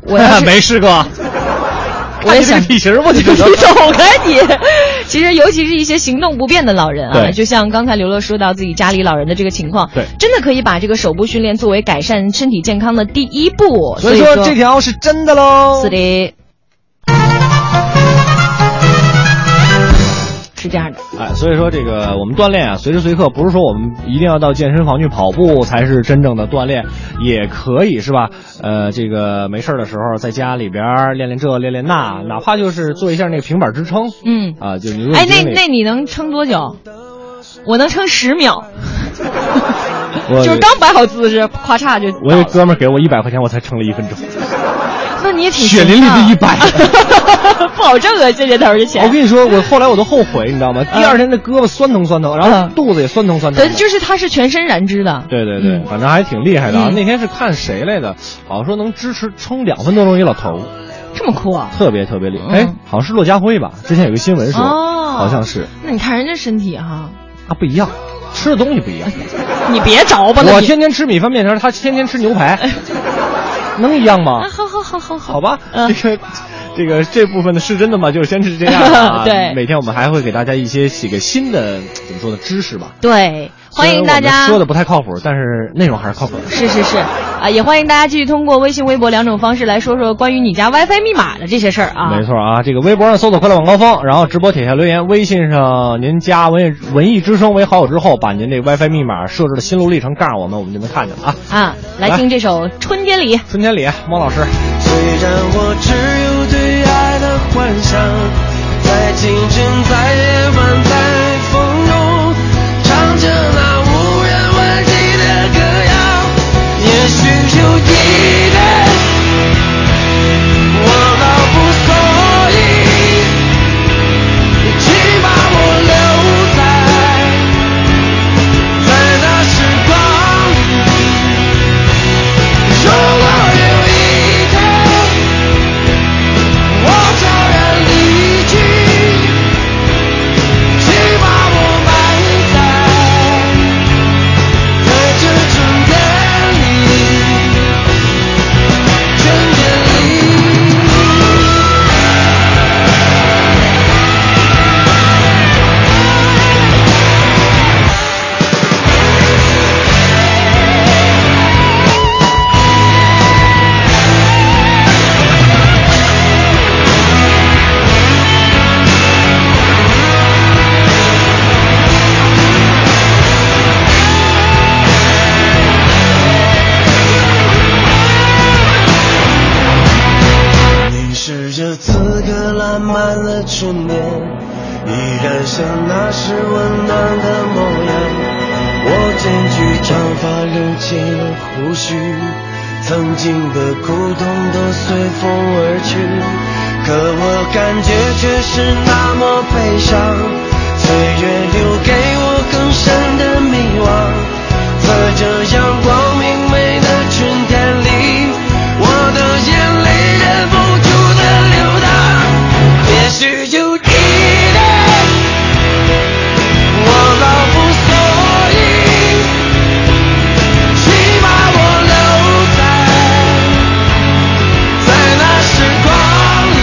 Speaker 4: 我要 是
Speaker 5: 没试过。
Speaker 4: 我也
Speaker 5: 看你这
Speaker 4: 想
Speaker 5: 个体型，我
Speaker 4: 你
Speaker 5: 觉得
Speaker 4: 懂了你。其实，尤其是一些行动不便的老人啊，
Speaker 5: 对
Speaker 4: 就像刚才刘乐说到自己家里老人的这个情况，
Speaker 5: 对
Speaker 4: 真的可以把这个手部训练作为改善身体健康的第一步。
Speaker 5: 所以
Speaker 4: 说
Speaker 5: 说这条是真的喽。
Speaker 4: 是的，是这样的。
Speaker 5: 哎，所以说这个我们锻炼啊，随时随刻不是说我们一定要到健身房去跑步才是真正的锻炼，也可以是吧？呃，这个没事儿的时候在家里边儿练练这练练那，哪怕就是做一下那个平板支撑，
Speaker 4: 嗯
Speaker 5: 啊，就你如果
Speaker 4: 哎，那
Speaker 5: 觉得
Speaker 4: 那你能撑多久？我能撑十秒，
Speaker 5: 我
Speaker 4: 就是刚摆好姿势，咔嚓就
Speaker 5: 我有哥们儿给我一百块钱，我才撑了一 分钟，
Speaker 4: 那你也挺啊
Speaker 5: 血淋淋的一百。
Speaker 4: 不好挣啊，这年头的钱。
Speaker 5: 我跟你说，我后来我都后悔，你知道吗？第二天那胳膊酸疼酸疼，然后
Speaker 4: 嗯
Speaker 5: 肚子也酸疼酸疼
Speaker 4: 对，
Speaker 5: 的。
Speaker 4: 就是它是全身燃脂的。
Speaker 5: 对对对
Speaker 4: 嗯，
Speaker 5: 反正还挺厉害的啊！
Speaker 4: 嗯
Speaker 5: 那天是看谁来的，好像说能支持撑两分多钟一老头儿，
Speaker 4: 这么酷啊！
Speaker 5: 特别特别厉害。哎
Speaker 4: 嗯，
Speaker 5: 好像是骆家辉吧？之前有个新闻说，
Speaker 4: 哦
Speaker 5: 好像是
Speaker 4: 那你看人家身体哈、
Speaker 5: 啊，不一样，吃的东西不一样。
Speaker 4: 你别着吧，那
Speaker 5: 我
Speaker 4: 你
Speaker 5: 天天吃米饭面条，他天天吃牛排，能一样吗
Speaker 4: 哎啊，？好好好好好，
Speaker 5: 好吧，
Speaker 4: 嗯。
Speaker 5: 这个这个这部分的是真的吗？就是先是这样啊
Speaker 4: 对
Speaker 5: 每天我们还会给大家一些几个新的怎么说呢知识吧。
Speaker 4: 对，欢迎
Speaker 5: 虽
Speaker 4: 大
Speaker 5: 然我
Speaker 4: 家
Speaker 5: 们。说的不太靠谱，但是内容还是靠谱的。
Speaker 4: 是是是，啊，也欢迎大家继续通过微信、微博两种方式来说说关于你家 WiFi 密码的这些事儿啊。
Speaker 5: 没错啊，这个微博上搜索“快乐晚高峰”，然后直播帖下留言，微信上您加文艺文艺之声为好友之后，把您这 WiFi 密码设置的心路历程告诉我们，我们就能看见了啊。
Speaker 4: 啊，来
Speaker 5: 来
Speaker 4: 听这首《春天里》。
Speaker 5: 春天里，啊猫老师，
Speaker 7: 虽然我只有对爱的幻想，在清晨，在夜晚，在风中，唱着那无人问津的歌谣。也许有一天，我老不所以，请把我留在在那时光里。如果有一天我悄然离去，请把我埋在在这春天里，春天里。你是这此刻烂漫的春天，依然像那时温暖的模样。我剪去长发，留起了胡须，曾经的苦痛都随风而去，可我感觉却是那么悲伤。岁月留给我更深的迷惘。在这阳光明媚的春天里，我的眼泪忍不住的流淌。也许有一天，我老不所以，请把我留在在那时光里。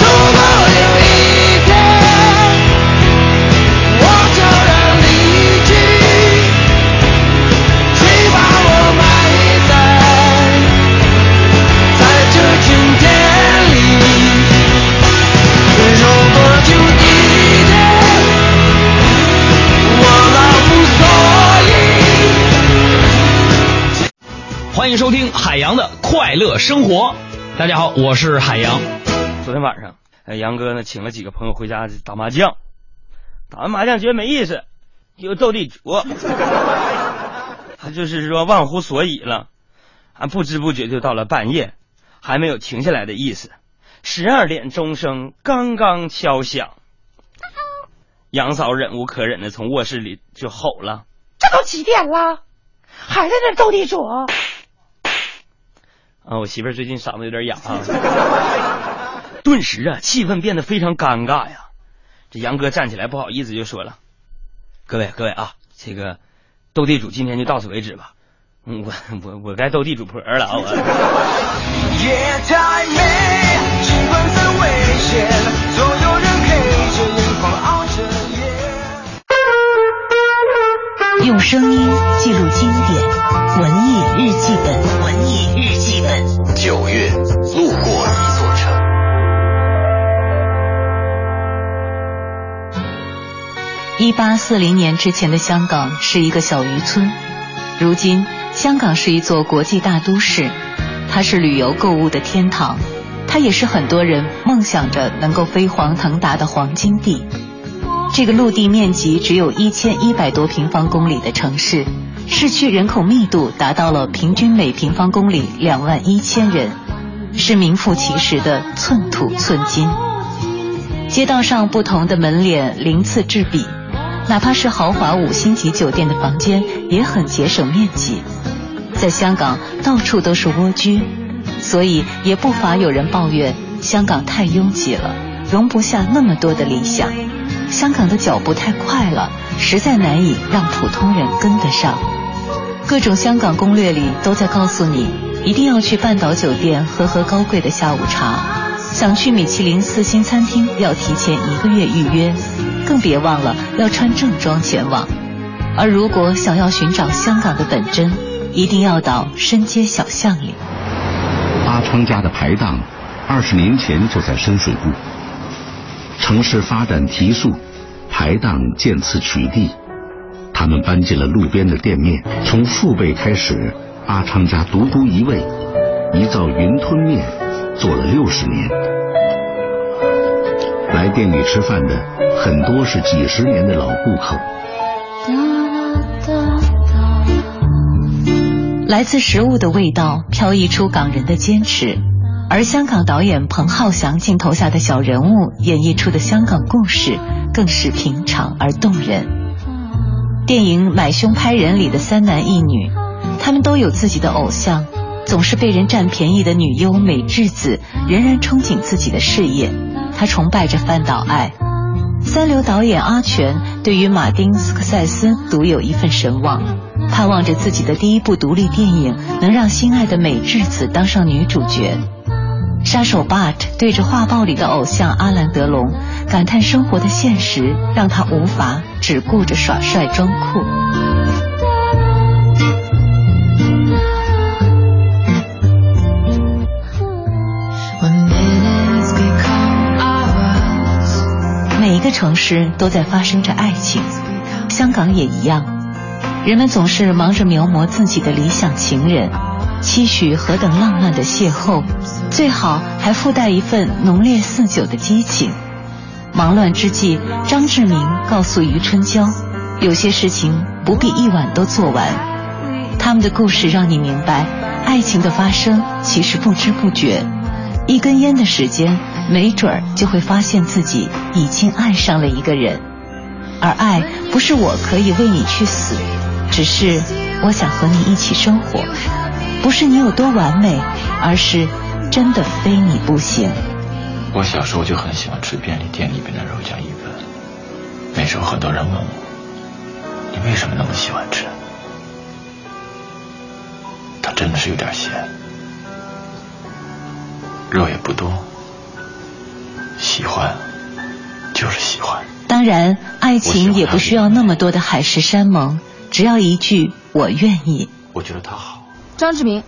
Speaker 7: 如果有一天。我悄然离去，请把我埋在在这春天里。如果有一天我老无所依。
Speaker 6: 欢迎收听海洋的快乐生活。大家好，我是海洋。昨天晚上，呃，杨哥呢请了几个朋友回家打麻将，打完麻将觉得没意思，又斗地主，他就是说忘乎所以了，啊，不知不觉就到了半夜，还没有停下来的意思。十二点钟声刚刚敲响，杨嫂忍无可忍的从卧室里就吼了。啊，我媳妇儿最近嗓子有点哑啊。顿时啊，气氛变得非常尴尬呀。这杨哥站起来，不好意思就说了：“
Speaker 5: 各位各位啊，这个斗地主今天就到此为止吧。嗯，我我我该斗地主婆了啊！我
Speaker 9: 夜太美，尽管再危险，总有人陪着眼眶熬着夜。
Speaker 10: 用声音记录经典，文艺日记本，文艺日记本。
Speaker 11: 九月，路过一座城。
Speaker 10: 一八四零年之前的香港是一个小渔村，如今香港是一座国际大都市，它是旅游购物的天堂，它也是很多人梦想着能够飞黄腾达的黄金地。这个陆地面积只有一千一百多平方公里的城市，市区人口密度达到了平均每平方公里两万一千人，是名副其实的寸土寸金。街道上不同的门脸鳞次栉比，哪怕是豪华五星级酒店的房间也很节省面积。在香港，到处都是蜗居，所以也不乏有人抱怨香港太拥挤了，容不下那么多的理想。香港的脚步太快了，实在难以让普通人跟得上。各种香港攻略里都在告诉你，一定要去半岛酒店喝喝高贵的下午茶，想去米其林四星餐厅要提前一个月预约，更别忘了要穿正装前往。而如果想要寻找香港的本真，一定要到深街小巷里。
Speaker 11: 阿昌家的排档，二十年前就在深水埗。城市发展提速，排档渐次取缔，他们搬进了路边的店面。从父辈开始，阿昌家独孤一味，一灶云吞面做了六十年。来店里吃饭的很多是几十年的老顾客。
Speaker 10: 来自食物的味道，飘逸出港人的坚持。而香港导演彭浩翔镜头下的小人物演绎出的香港故事，更是平常而动人。电影《买凶拍人》里的三男一女，他们都有自己的偶像，总是被人占便宜的女优美智子仍然憧憬自己的事业，她崇拜着范岛爱。三流导演阿全对于马丁·斯科塞斯独有一份神往，盼望着自己的第一部独立电影能让心爱的美智子当上女主角。杀手 Bart 对着画报里的偶像阿兰·德龙感叹生活的现实，让他无法只顾着耍帅装酷。每一个城市都在发生着爱情，香港也一样。人们总是忙着描摹自己的理想情人，期许何等浪漫的邂逅，最好还附带一份浓烈似酒的激情。忙乱之际，张志明告诉余春娇，有些事情不必一晚都做完。他们的故事让你明白，爱情的发生其实不知不觉，一根烟的时间，没准儿就会发现自己已经爱上了一个人。而爱不是我可以为你去死，只是我想和你一起生活。不是你有多完美，而是真的非你不行。
Speaker 12: 我小时候就很喜欢吃便利店里边的肉酱意粉，那时候很多人问我，你为什么那么喜欢吃？它真的是有点咸，肉也不多，喜欢就是喜欢。
Speaker 10: 当然，爱情也不需要那么多的海誓山盟，只要一句“我愿意”。
Speaker 12: 我觉得他好。
Speaker 4: 张志明，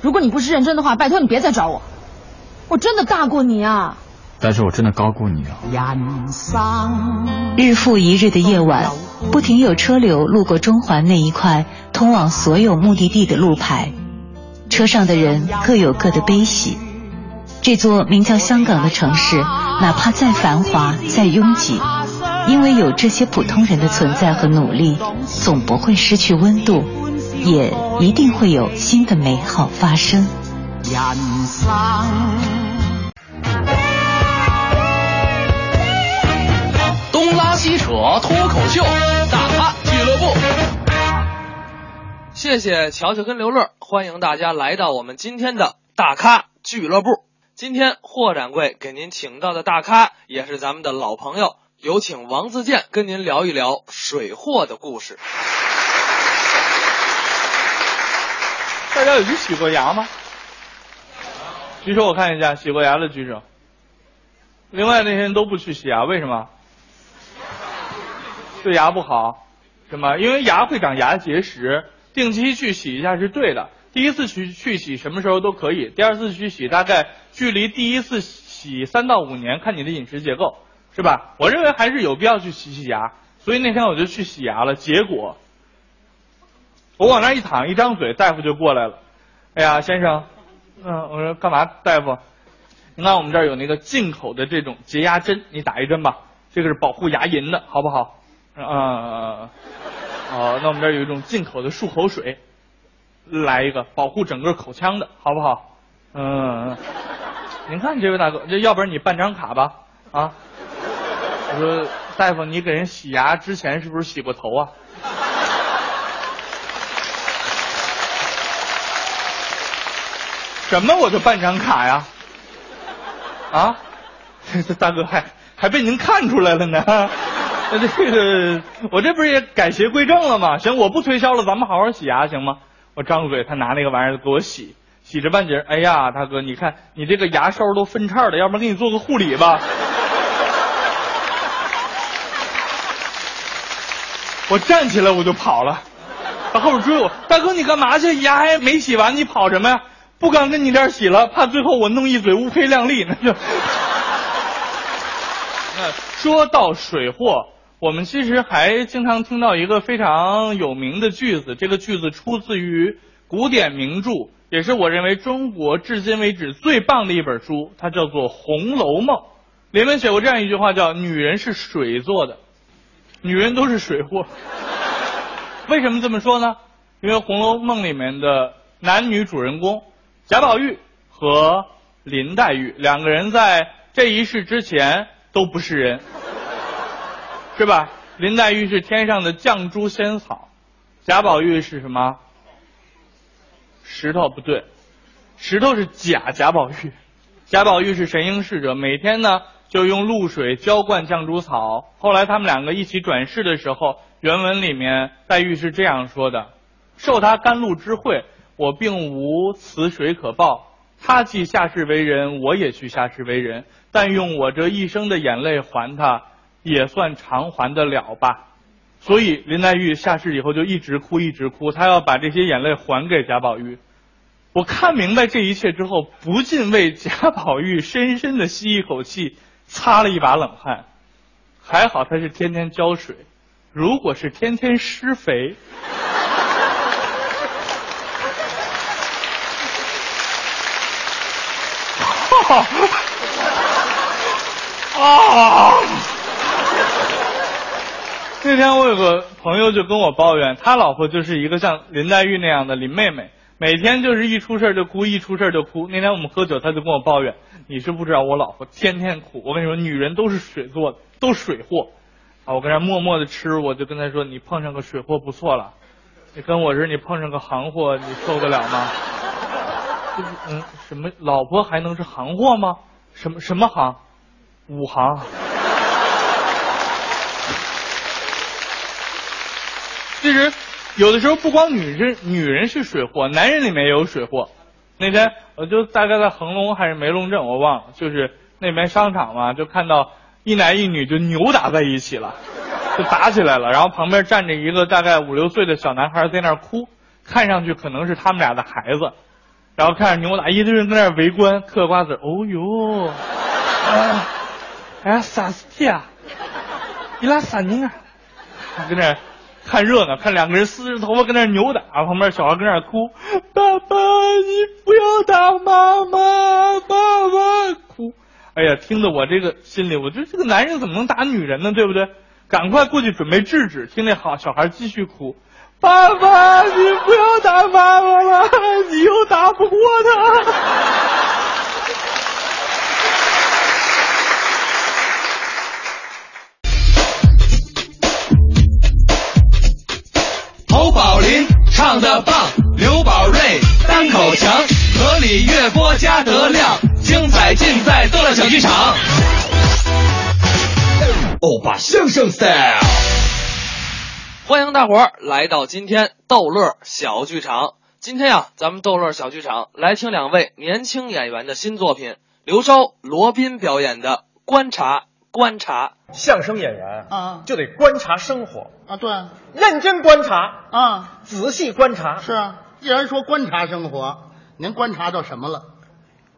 Speaker 4: 如果你不是认真的话，拜托你别再找我，我真的大过你啊！
Speaker 12: 但是我真的高估你啊！
Speaker 10: 人生日复一日的夜晚，不停有车流路过中环那一块通往所有目的地的路牌，车上的人各有各的悲喜。这座名叫香港的城市，哪怕再繁华、再拥挤，因为有这些普通人的存在和努力，总不会失去温度，也一定会有新的美好发生。人生
Speaker 2: 东拉西扯脱口秀，大咖俱乐部。
Speaker 7: 谢谢乔乔跟刘乐，欢迎大家来到我们今天的大咖俱乐部。今天霍掌柜给您请到的大咖也是咱们的老朋友，
Speaker 13: 有请王自健跟您聊一聊水货的故事。
Speaker 14: 大家有去洗过牙吗？举手我看一下，洗过牙的举手。另外那些人都不去洗牙，为什么？对牙不好，什么？因为牙会长牙结石，定期去洗一下是对的。第一次去去洗什么时候都可以，第二次去洗大概距离第一次洗三到五年，看你的饮食结构，是吧？我认为还是有必要去洗洗牙，所以那天我就去洗牙了，结果我往那一躺，一张嘴，大夫就过来了。哎呀，先生，嗯、我说干嘛，大夫？你看我们这儿有那个进口的这种洁牙针，你打一针吧，这个是保护牙龈的，好不好？啊、呃，哦，那我们这儿有一种进口的漱口水，来一个保护整个口腔的，好不好？嗯、您看这位大哥，这要不然你办张卡吧？啊，我说大夫，你给人洗牙之前是不是洗过头啊？什么我就办张卡呀？啊， 这这大哥还还被您看出来了呢。 那这个我这不是也改邪归正了吗？行，我不推销了，咱们好好洗牙行吗？我张嘴，他拿那个玩意儿给我洗，洗着半截儿。哎呀，大哥，你看你这个牙梢都分叉了，要不然给你做个护理吧。我站起来我就跑了，他后边追我，大哥你干嘛去？牙还没洗完，你跑什么呀？不敢跟你这儿洗了，怕最后我弄一嘴乌黑亮丽，那就。那说到水货，我们其实还经常听到一个非常有名的句子，这个句子出自于古典名著，也是我认为中国至今为止最棒的一本书，它叫做《红楼梦》。林文写过这样一句话，叫“女人是水做的，女人都是水货”。为什么这么说呢？因为《红楼梦》里面的男女主人公贾宝玉和林黛玉两个人在这一世之前都不是人，是吧？林黛玉是天上的绛珠仙草，贾宝玉是什么？石头不对，石头是假贾宝玉，贾宝玉是神瑛侍者，每天呢就用露水浇灌绛珠草。后来他们两个一起转世的时候，原文里面黛玉是这样说的：“受他甘露之惠，我并无此水可报。他既下世为人，我也去下世为人，但用我这一生的眼泪还他，也算偿还得了吧。”所以林黛玉下世以后就一直哭，一直哭，她要把这些眼泪还给贾宝玉。我看明白这一切之后，不禁为贾宝玉深深的吸一口气，擦了一把冷汗。还好他是天天浇水，如果是天天施肥， 啊！那天我有个朋友就跟我抱怨，他老婆就是一个像林黛玉那样的林妹妹，每天就是一出事儿就哭，一出事儿就哭。那天我们喝酒，他就跟我抱怨：“你是不知道我老婆天天哭。”我跟你说，女人都是水做的，都水货。啊，我跟他默默的吃，我就跟他说：“你碰上个水货不错了，你跟我是你碰上个行货，你受得了吗？”就是嗯，什么老婆还能是行货吗？什么什么行？五行。其实，有的时候不光女人，女人是水货，男人里面也有水货。那天我就大概在恒隆还是梅陇镇，我忘了，就是那边商场嘛，就看到一男一女就扭打在一起了，就打起来了。然后旁边站着一个大概五六岁的小男孩在那儿哭，看上去可能是他们俩的孩子。然后看着扭打，一堆人跟那儿围观，嗑瓜子儿，哦 呦，啊，哎，啥事体啊？你拉啥人啊？ 跟那儿看热闹，看两个人撕着头发跟那儿扭打，旁边小孩跟那儿哭，爸爸，你不要打妈妈，爸爸哭。哎呀，听得我这个心里，我觉得这个男人怎么能打女人呢？对不对？赶快过去准备制止，听那好小孩继续哭。爸爸，你不要打妈妈了，你又打不过他。
Speaker 3: 侯宝林唱的棒，刘宝瑞单口强，河里月波加德亮，精彩尽在逗乐小剧场。
Speaker 15: 欧巴相声 style。
Speaker 7: 欢迎大伙儿来到今天逗乐小剧场。今天呀、咱们逗乐小剧场来听两位年轻演员的新作品，刘钊、罗宾表演的《观察观察》。
Speaker 5: 相声演员啊，就得观察生活，
Speaker 11: 啊，对啊，
Speaker 5: 认真观察，
Speaker 11: 啊，
Speaker 5: 仔细观察。
Speaker 11: 是啊，既然说观察生活，您观察到什么了？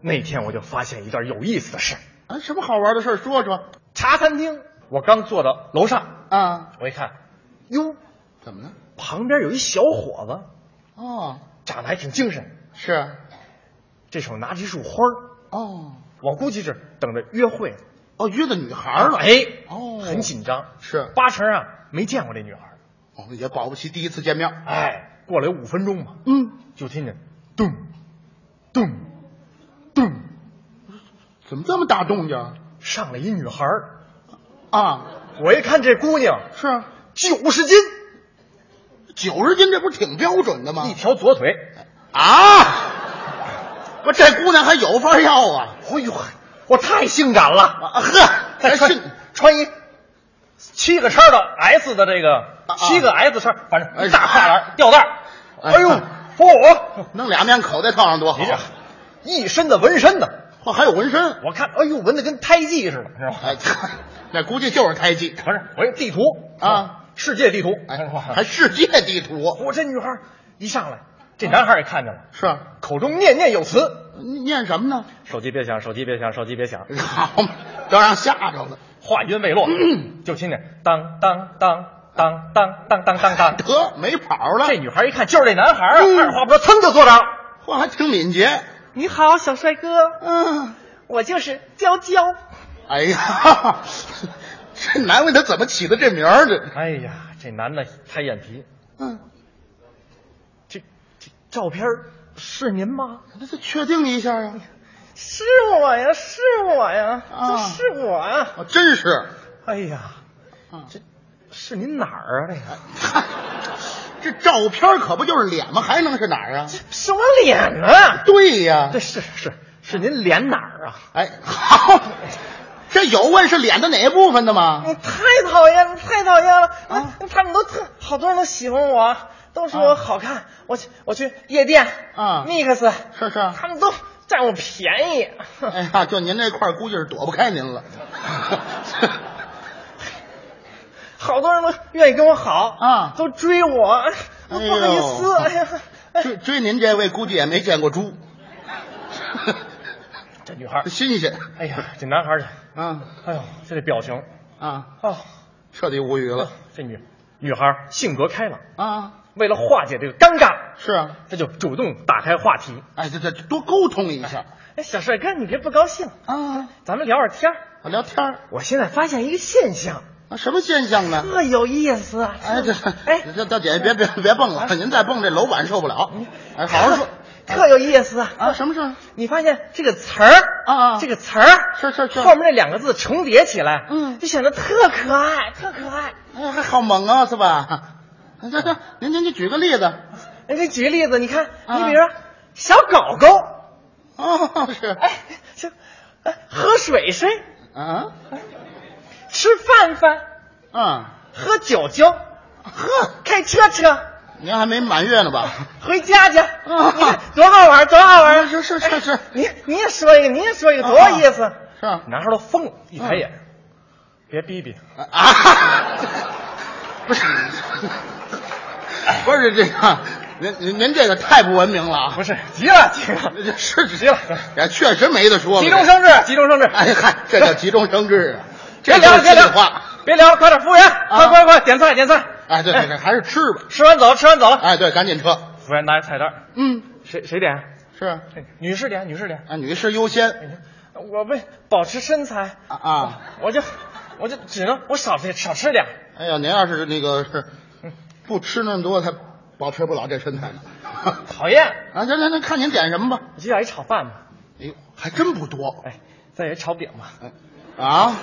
Speaker 5: 那天我就发现一件有意思的事。
Speaker 11: 啊，什么好玩的事儿说说
Speaker 5: 茶餐厅，我刚坐到楼上，
Speaker 11: 啊？
Speaker 5: 我一看，哟，
Speaker 11: 怎么了？
Speaker 5: 旁边有一小伙子，
Speaker 11: 哦，
Speaker 5: 长得还挺精神，
Speaker 11: 是，啊
Speaker 5: 这手拿着一束花儿
Speaker 11: 哦，
Speaker 5: 我估计是等着约会呢。
Speaker 11: 哦，约的女孩了，
Speaker 5: 哎，
Speaker 11: 哦，
Speaker 5: 很紧张，
Speaker 11: 是，
Speaker 5: 八成啊没见过这女孩儿。
Speaker 11: 哦，也保不齐第一次见面，
Speaker 5: 哎，过了有五分钟吧，
Speaker 11: 嗯，
Speaker 5: 就听见
Speaker 11: 怎么这么大动静
Speaker 5: 上来一女孩儿，
Speaker 11: 啊？
Speaker 5: 我一看这姑娘
Speaker 11: 是啊
Speaker 5: 九十斤，
Speaker 11: 九十斤，这不是挺标准的吗？
Speaker 5: 一条左腿，
Speaker 11: 啊！我这姑娘还有法要啊！
Speaker 5: 哎呦，我太性感了，
Speaker 11: 啊呵，
Speaker 5: 再穿穿一七个叉的 S 的这
Speaker 11: 啊
Speaker 5: 个七个 S 叉，反正一大跨栏吊带儿，
Speaker 11: 哎
Speaker 5: 哎呦，嚯，
Speaker 11: 弄俩面口袋套上多好
Speaker 5: 你！这一身的纹身的，
Speaker 11: 嚯，还有纹身，
Speaker 5: 我看，哎呦，纹的跟胎记似的，知道吗？
Speaker 11: 哎， 那估计就是胎记
Speaker 5: 不是，我有地图
Speaker 11: 啊！
Speaker 5: 世界地图，
Speaker 11: 哎
Speaker 5: 哇，
Speaker 11: 还世界地图
Speaker 5: 我这女孩一上来，这男孩也看见了，
Speaker 11: 是啊？
Speaker 5: 口中念念有词，
Speaker 11: 念什么呢？
Speaker 5: 手机别响，手机别响，手机别响，
Speaker 11: 好嘛，都让吓着了。
Speaker 5: 话音未落，
Speaker 11: 嗯
Speaker 5: 就听见当当当当当当当当 当。
Speaker 11: 得没跑了，
Speaker 5: 这女孩一看就是这男孩儿，
Speaker 11: 嗯
Speaker 5: 二话不说，噌就坐那儿。
Speaker 11: 话还挺敏捷。
Speaker 2: 你好，小帅哥，
Speaker 11: 嗯，
Speaker 2: 我就是娇娇。
Speaker 11: 哎呀，这难为他怎么起的这名儿这。
Speaker 5: 哎呀，这男的抬眼皮，
Speaker 11: 嗯，
Speaker 5: 这这照片儿是您吗？
Speaker 11: 那再确定一下呀、
Speaker 2: 是我呀，是我呀，
Speaker 11: 啊
Speaker 2: 这是我啊！
Speaker 11: 啊。真是，嗯
Speaker 5: 哎呀，这是您哪儿啊？这个
Speaker 11: 嗨 这照片可不就是脸吗？还能是哪儿啊？
Speaker 2: 什么脸啊？
Speaker 11: 对呀、
Speaker 5: 这是是是您脸哪儿啊？
Speaker 11: 哎，好，这有问是脸的哪一部分的吗？
Speaker 2: 你太讨厌了，太讨厌了！啊、他们都特好多人都喜欢我，啊都说我好看。我去，我去夜店
Speaker 11: 啊
Speaker 2: ，mix，
Speaker 11: 是是
Speaker 2: 他们都占我便宜。
Speaker 11: 哎呀，就您这块儿估计是躲不开您了。
Speaker 2: 好多人都愿意跟我好
Speaker 11: 啊
Speaker 2: 都追我，哎不
Speaker 11: 哎呦
Speaker 2: 好意思，哎呀，哎
Speaker 11: 追追您这位估计也没见过猪，
Speaker 5: 这女孩儿，
Speaker 11: 新鲜
Speaker 5: 哎呀，这男孩儿，
Speaker 11: 啊
Speaker 5: 哎呦，这这表情，
Speaker 11: 啊，
Speaker 5: 哦，
Speaker 11: 彻底无语了
Speaker 5: 这女女孩儿性格开朗，
Speaker 11: 啊！
Speaker 5: 为了化解这个尴尬，
Speaker 11: 是啊，
Speaker 5: 她就主动打开话题。
Speaker 11: 哎，这这多沟通一下
Speaker 2: 哎，小帅哥，你别不高兴，
Speaker 11: 啊，
Speaker 2: 咱们聊会儿天儿。
Speaker 11: 聊天儿
Speaker 2: 我现在发现一个现象，
Speaker 11: 啊，什么现象呢？
Speaker 2: 特有意思。
Speaker 11: 哎，这
Speaker 2: 哎，啊
Speaker 11: 这大姐别别别蹦了，您再蹦这楼板受不了。哎，好好说
Speaker 2: 特有意思
Speaker 11: 啊，什么事儿？
Speaker 2: 你发现这个词儿
Speaker 11: 啊啊
Speaker 2: 这个词儿
Speaker 11: 是是是
Speaker 2: 后面这两个字重叠起来，
Speaker 11: 嗯
Speaker 2: 就显得特可爱，特可爱。
Speaker 11: 哎，还好猛啊，是吧？这这，您您就举个例子
Speaker 2: 哎，给举个例子，你看，
Speaker 11: 啊
Speaker 2: 你比如说小狗狗，
Speaker 11: 哦，是
Speaker 2: 哎，就哎喝水水，
Speaker 11: 啊
Speaker 2: 吃饭饭，
Speaker 11: 啊，
Speaker 2: 喝酒酒，
Speaker 11: 呵，
Speaker 2: 开车车，
Speaker 11: 您还没满月呢吧？啊
Speaker 2: 回家去。你看多好玩，多好玩！
Speaker 11: 是是是啊是
Speaker 2: 哎你你也说一个，你也说一个，多有意思。
Speaker 11: 是吧？
Speaker 5: 男孩儿都疯了，一抬眼，别逼逼，
Speaker 11: 啊，不是，不是这个，您您您这个太不文明了啊！
Speaker 5: 不是哎急了，急了，
Speaker 11: 这，这是
Speaker 5: 急了，
Speaker 11: 也确实没得说了。
Speaker 5: 急中生智，急中生智。
Speaker 11: 哎嗨，这叫急中生智啊！
Speaker 5: 别
Speaker 11: 这
Speaker 5: 聊
Speaker 11: 就
Speaker 5: 了，别啊
Speaker 11: 是心里
Speaker 5: 聊
Speaker 11: 话。
Speaker 5: 了，别聊了，快点，服务员，快快快，点菜，点菜。
Speaker 11: 哎，对对对，还是吃吧。
Speaker 5: 吃完走，吃完走了。
Speaker 11: 哎，对，赶紧撤。
Speaker 5: 服务员拿一菜单儿，
Speaker 11: 嗯，
Speaker 5: 谁谁点？
Speaker 11: 是啊，
Speaker 5: 女士点，女士点。
Speaker 11: 女士优先
Speaker 2: 我为保持身材，
Speaker 11: 啊啊！
Speaker 2: 我就我就只能我少吃少吃点。
Speaker 11: 哎呀，您要是那个是不吃那么多，他保持不了这身材呢。
Speaker 5: 讨厌，
Speaker 11: 啊，行行行，看您点什么吧。
Speaker 5: 我就要一炒饭吧，
Speaker 11: 哎呦，还真不多
Speaker 5: 哎，再来一炒饼吧，
Speaker 11: 啊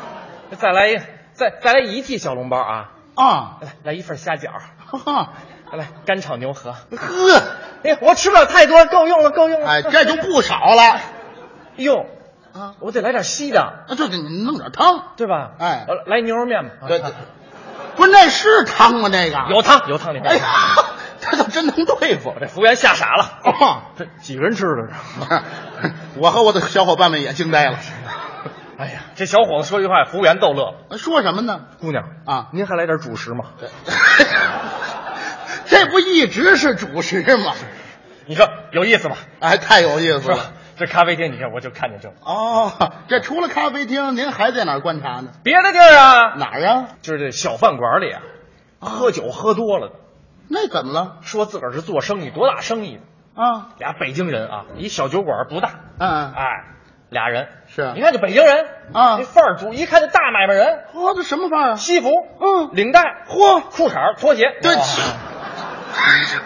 Speaker 5: 再来一再再来一屉小笼包啊，
Speaker 11: 啊！
Speaker 5: 来来一份虾饺，
Speaker 11: 哈哈，
Speaker 5: 来干炒牛河。
Speaker 11: 呵，
Speaker 2: 哎，我吃不了太多，够用了，够用了。
Speaker 11: 哎，这就不少了。
Speaker 2: 哟，
Speaker 11: 啊，
Speaker 5: 我得来点稀的啊，
Speaker 11: 对对，你弄点汤，
Speaker 5: 对吧？呃
Speaker 11: 哎，
Speaker 5: 来牛肉面吧。
Speaker 11: 对对，不是那是汤吗？那个
Speaker 5: 有汤有汤里边。
Speaker 11: 哎呀，他倒真能对付，
Speaker 5: 这服务员吓傻了。
Speaker 11: 哦，
Speaker 5: 这几个人吃的？
Speaker 11: 我和我的小伙伴们也惊呆了。
Speaker 5: 哎呀，这小伙子说句话，服务员逗乐了。
Speaker 11: 说什么呢？
Speaker 5: 姑娘
Speaker 11: 啊，
Speaker 5: 您还来点主食吗？
Speaker 11: 这不一直是主食吗？
Speaker 5: 你说有意思吗？
Speaker 11: 哎，太有意思了。
Speaker 5: 这咖啡厅，你看我就看见这。
Speaker 11: 哦，这除了咖啡厅，您还在哪儿观察呢？
Speaker 5: 别的地儿啊？
Speaker 11: 哪儿啊？
Speaker 5: 就是这小饭馆里啊，喝酒喝多了的。
Speaker 11: 那怎么了？
Speaker 5: 说自个儿是做生意，多大生意
Speaker 11: 啊？
Speaker 5: 俩北京人啊，一小酒馆不大，
Speaker 11: 嗯，
Speaker 5: 哎，俩人
Speaker 11: 是。
Speaker 5: 你看这北京人
Speaker 11: 啊，
Speaker 5: 这范儿足，一看就大买卖人。
Speaker 11: 嚯，这什么范儿啊？
Speaker 5: 西服，
Speaker 11: 嗯，
Speaker 5: 领带，
Speaker 11: 嚯，
Speaker 5: 裤衩，拖鞋，
Speaker 11: 对。啊哎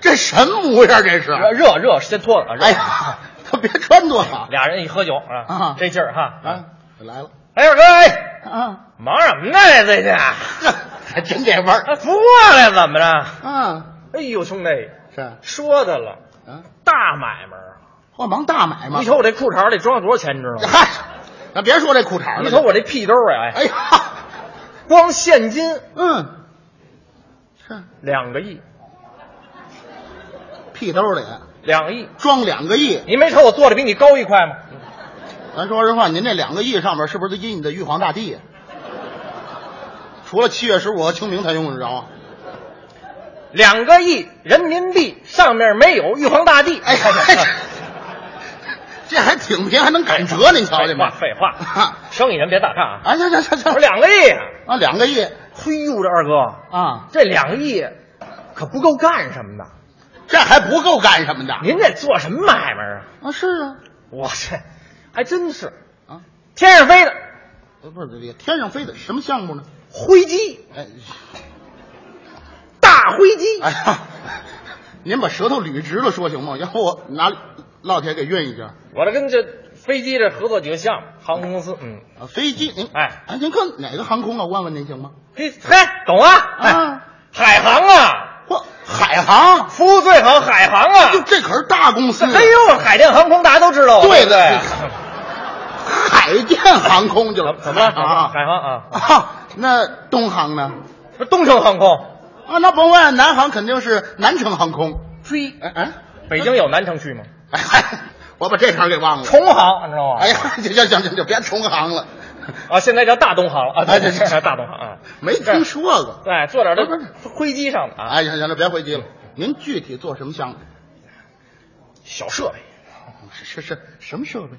Speaker 11: 这什么模样？这是
Speaker 5: 热热先脱了。
Speaker 11: 哎呀，他别穿多了。
Speaker 5: 俩人一喝酒啊，这劲儿哈
Speaker 11: 啊，来了。
Speaker 5: 哎呦哥，
Speaker 11: 啊，
Speaker 5: 忙什么呢？这是
Speaker 11: 还真给玩 儿。
Speaker 5: 不过来怎么着？
Speaker 11: 嗯，
Speaker 5: 哎呦兄弟，
Speaker 11: 是
Speaker 5: 说的了，
Speaker 11: 啊，
Speaker 5: 大买卖啊！
Speaker 11: 我忙大买卖。
Speaker 5: 你瞅我这裤衩里装了多少钱，你知道吗？
Speaker 11: 嗨，咱别说这裤
Speaker 7: 哎
Speaker 11: 衩了。
Speaker 5: 你瞅我这屁兜啊，
Speaker 11: 哎呀，
Speaker 5: 光现金
Speaker 11: 嗯，是
Speaker 5: 两个亿，
Speaker 11: 屁兜里
Speaker 5: 两个亿，
Speaker 11: 装两个亿。
Speaker 5: 你没瞅我做的比你高一块吗？
Speaker 11: 咱说实话，您这两个亿上面是不是都印你的玉皇大帝呀？除了七月十五和清明才用得着。啊
Speaker 5: 两个亿人民币上面没有玉皇大帝，
Speaker 11: 哎呀，这还挺平，还能赶折，您瞧见吗？
Speaker 5: 废话，生意人别打岔啊！
Speaker 11: 啊，行行行
Speaker 5: 我
Speaker 11: 行，
Speaker 5: 两个亿
Speaker 11: 啊，两个亿
Speaker 5: 嘿呦，这二哥
Speaker 11: 啊，
Speaker 5: 这两个亿可不够干什么的。
Speaker 11: 这还不够干什么的？
Speaker 5: 您这做什么买卖啊？
Speaker 11: 啊，是啊，
Speaker 5: 我这还真是
Speaker 11: 啊，
Speaker 5: 天上飞的
Speaker 11: 呃不是天上飞的什么项目呢？
Speaker 5: 灰机，
Speaker 11: 哎，
Speaker 5: 大灰机。
Speaker 11: 哎呀，您把舌头捋直了说行吗？要不我拿烙铁给熨一下。
Speaker 5: 我这跟这飞机这合作几个项目，航空公司，嗯，
Speaker 11: 啊，飞机，您
Speaker 5: 哎，
Speaker 11: 哎，您看哪个航空啊？我问问您行吗？
Speaker 5: 嘿，嗨，懂啊？
Speaker 11: 啊，
Speaker 5: 海航啊，
Speaker 11: 嚯，海航，
Speaker 5: 服务最好，海航啊。
Speaker 11: 哟， 这可是大公司。啊
Speaker 5: 哎呦，海淀航空大家都知道啊，
Speaker 11: 对
Speaker 5: 不
Speaker 11: 的
Speaker 5: 对？
Speaker 11: 海淀航空去了，
Speaker 5: 怎么了？
Speaker 11: 啊？
Speaker 5: 海航啊，
Speaker 11: 啊，那东航呢？
Speaker 5: 不是东城航空，
Speaker 11: 啊，那甭问，南航肯定是南城航空。
Speaker 5: 追
Speaker 11: 哎哎，
Speaker 5: 北京有南城区吗？
Speaker 11: 哎嗨，我把这茬给忘 了。
Speaker 5: 重航，你知道吗？
Speaker 11: 哎呀，行行行行，就别重航了，
Speaker 5: 啊，现在叫大东航了啊，
Speaker 11: 哎
Speaker 5: 对
Speaker 11: 对
Speaker 5: 对，
Speaker 11: 对
Speaker 5: 叫 大东航啊，
Speaker 11: 没听说过。
Speaker 5: 对，做点
Speaker 11: 不是不
Speaker 5: 这灰机上的啊，
Speaker 11: 哎，行行了，别回击了。您具体做什么项目？
Speaker 5: 小设备、
Speaker 11: 是是是，什么设备？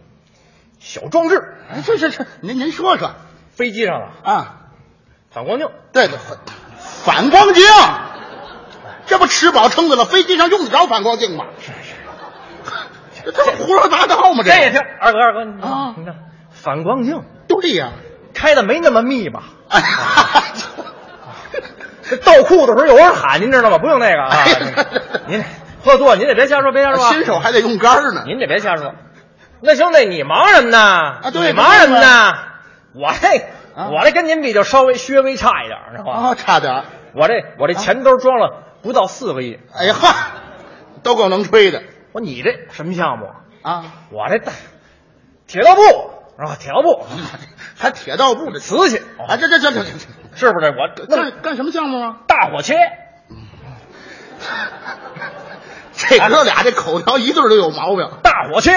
Speaker 5: 小装置，
Speaker 11: 哎，是是是，您您说说
Speaker 5: 飞机上的
Speaker 11: 啊。
Speaker 5: 反光镜，
Speaker 11: 对对，反反光镜，这不吃饱撑的了，飞机上用得着反光镜吗？是是， 这他妈胡说八道吗？
Speaker 5: 这也听。
Speaker 11: 个
Speaker 5: 二哥，二哥，你
Speaker 11: 啊
Speaker 5: 看，你看，反光镜
Speaker 11: 对呀、
Speaker 5: 开的没那么密吧？
Speaker 11: 哎 呀，
Speaker 5: 这倒库的时候有人喊，您知道吗？不用那个啊
Speaker 11: 哎呀，
Speaker 5: 您喝多您得别瞎说，别瞎说啊，
Speaker 11: 新手还得用杆儿呢。
Speaker 5: 您得别瞎说。那兄弟，你忙什么呢？啊
Speaker 11: 对
Speaker 5: 你忙什么
Speaker 11: 对
Speaker 5: 呢？我这、
Speaker 11: 啊
Speaker 5: 我这跟您比就稍微稍微差一点，知道吗？
Speaker 11: 啊，差点儿。
Speaker 5: 我这我
Speaker 11: 啊
Speaker 5: 这钱兜装了不到四个亿。
Speaker 11: 哎呀，哈，都够能吹的
Speaker 5: 我说你这什么项目啊？
Speaker 11: 啊！
Speaker 5: 我这大铁道部是吧？铁道部
Speaker 11: 还铁道部的
Speaker 5: 瓷器
Speaker 11: 啊！这这这这这
Speaker 5: 是不是？我
Speaker 11: 这
Speaker 5: 那
Speaker 11: 干干什么项目啊？
Speaker 5: 大火切，
Speaker 11: 这哥俩这口条一对儿都有毛 病。
Speaker 5: 大火切，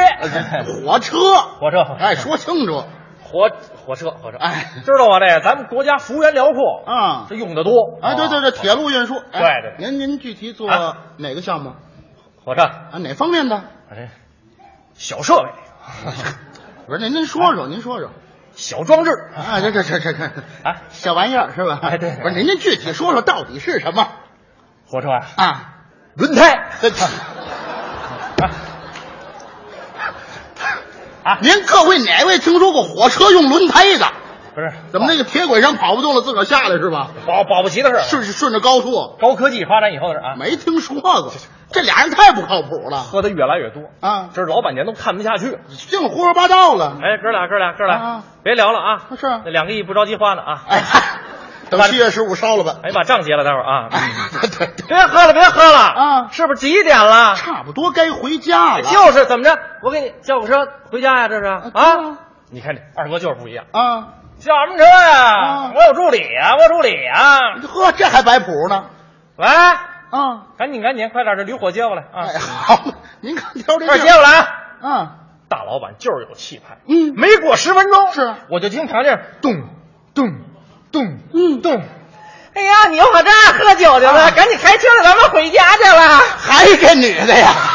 Speaker 11: 火车，
Speaker 5: 火车
Speaker 11: 哎，说清楚，
Speaker 5: 火火车火车，
Speaker 11: 哎
Speaker 5: 知道吗？这个咱们国家幅员辽阔
Speaker 11: 啊
Speaker 5: 这用的多。
Speaker 11: 哎，对对对，铁路运输，哎
Speaker 5: 对
Speaker 11: 您您具体做
Speaker 5: 啊
Speaker 11: 哪个项目
Speaker 5: 火车，
Speaker 11: 啊？哪方 面的？
Speaker 5: 我这小设 备、
Speaker 11: 不是您您说说，您说说
Speaker 5: 啊小装置，
Speaker 11: 啊，这这这这这
Speaker 5: 啊
Speaker 11: 小玩意儿是吧？
Speaker 5: 哎对
Speaker 11: 不是您您具体说说到底是什么
Speaker 5: 火车啊，
Speaker 11: 啊？
Speaker 5: 轮 胎
Speaker 11: 这
Speaker 5: 啊，
Speaker 11: 您各位哪位听说过火车用轮胎的？
Speaker 5: 不是
Speaker 11: 怎么那个铁轨上跑不动了，自个儿下来是吧？
Speaker 5: 保保不齐的事儿，啊
Speaker 11: 顺顺着高速，
Speaker 5: 高科技发展以后的事儿啊，
Speaker 11: 没听说过。这俩人太不靠谱了，
Speaker 5: 喝的越来越多
Speaker 11: 啊
Speaker 5: 这老板娘都看不下去了。
Speaker 11: 净胡说八道了。
Speaker 5: 哎，哥俩，哥俩，哥俩，
Speaker 11: 嗯啊
Speaker 5: 别聊了啊！
Speaker 11: 是
Speaker 5: 那两个亿不着急花呢啊！
Speaker 11: 哎，嗨等
Speaker 5: 把
Speaker 11: 七月十五烧了吧。哎
Speaker 5: 哎，把账结了，待会儿啊。别喝了，别喝了，啊，是不是几点了？
Speaker 11: 差不多该回家了。
Speaker 5: 就是怎么着？我给你叫个车回家呀，这是啊？你看这二哥就是不一样
Speaker 11: 啊！
Speaker 5: 叫什么车呀？我有助理呀，我有助理啊呀。
Speaker 11: 呵，这还摆谱呢。
Speaker 5: 喂，
Speaker 11: 嗯，
Speaker 5: 赶紧赶紧，快点，这驴火接过来
Speaker 11: 哎
Speaker 5: 啊！
Speaker 11: 好，您看挑这
Speaker 5: 快接过来啊！
Speaker 11: 嗯，
Speaker 5: 大老板就是有气派，
Speaker 11: 嗯，
Speaker 5: 没过十分钟，
Speaker 11: 是啊
Speaker 5: 我就听条件咚咚咚，
Speaker 11: 嗯
Speaker 5: 咚，
Speaker 16: 哎呀，你又跑这儿喝酒去了，赶紧开车了，咱们回家去了。
Speaker 11: 还一个女的呀？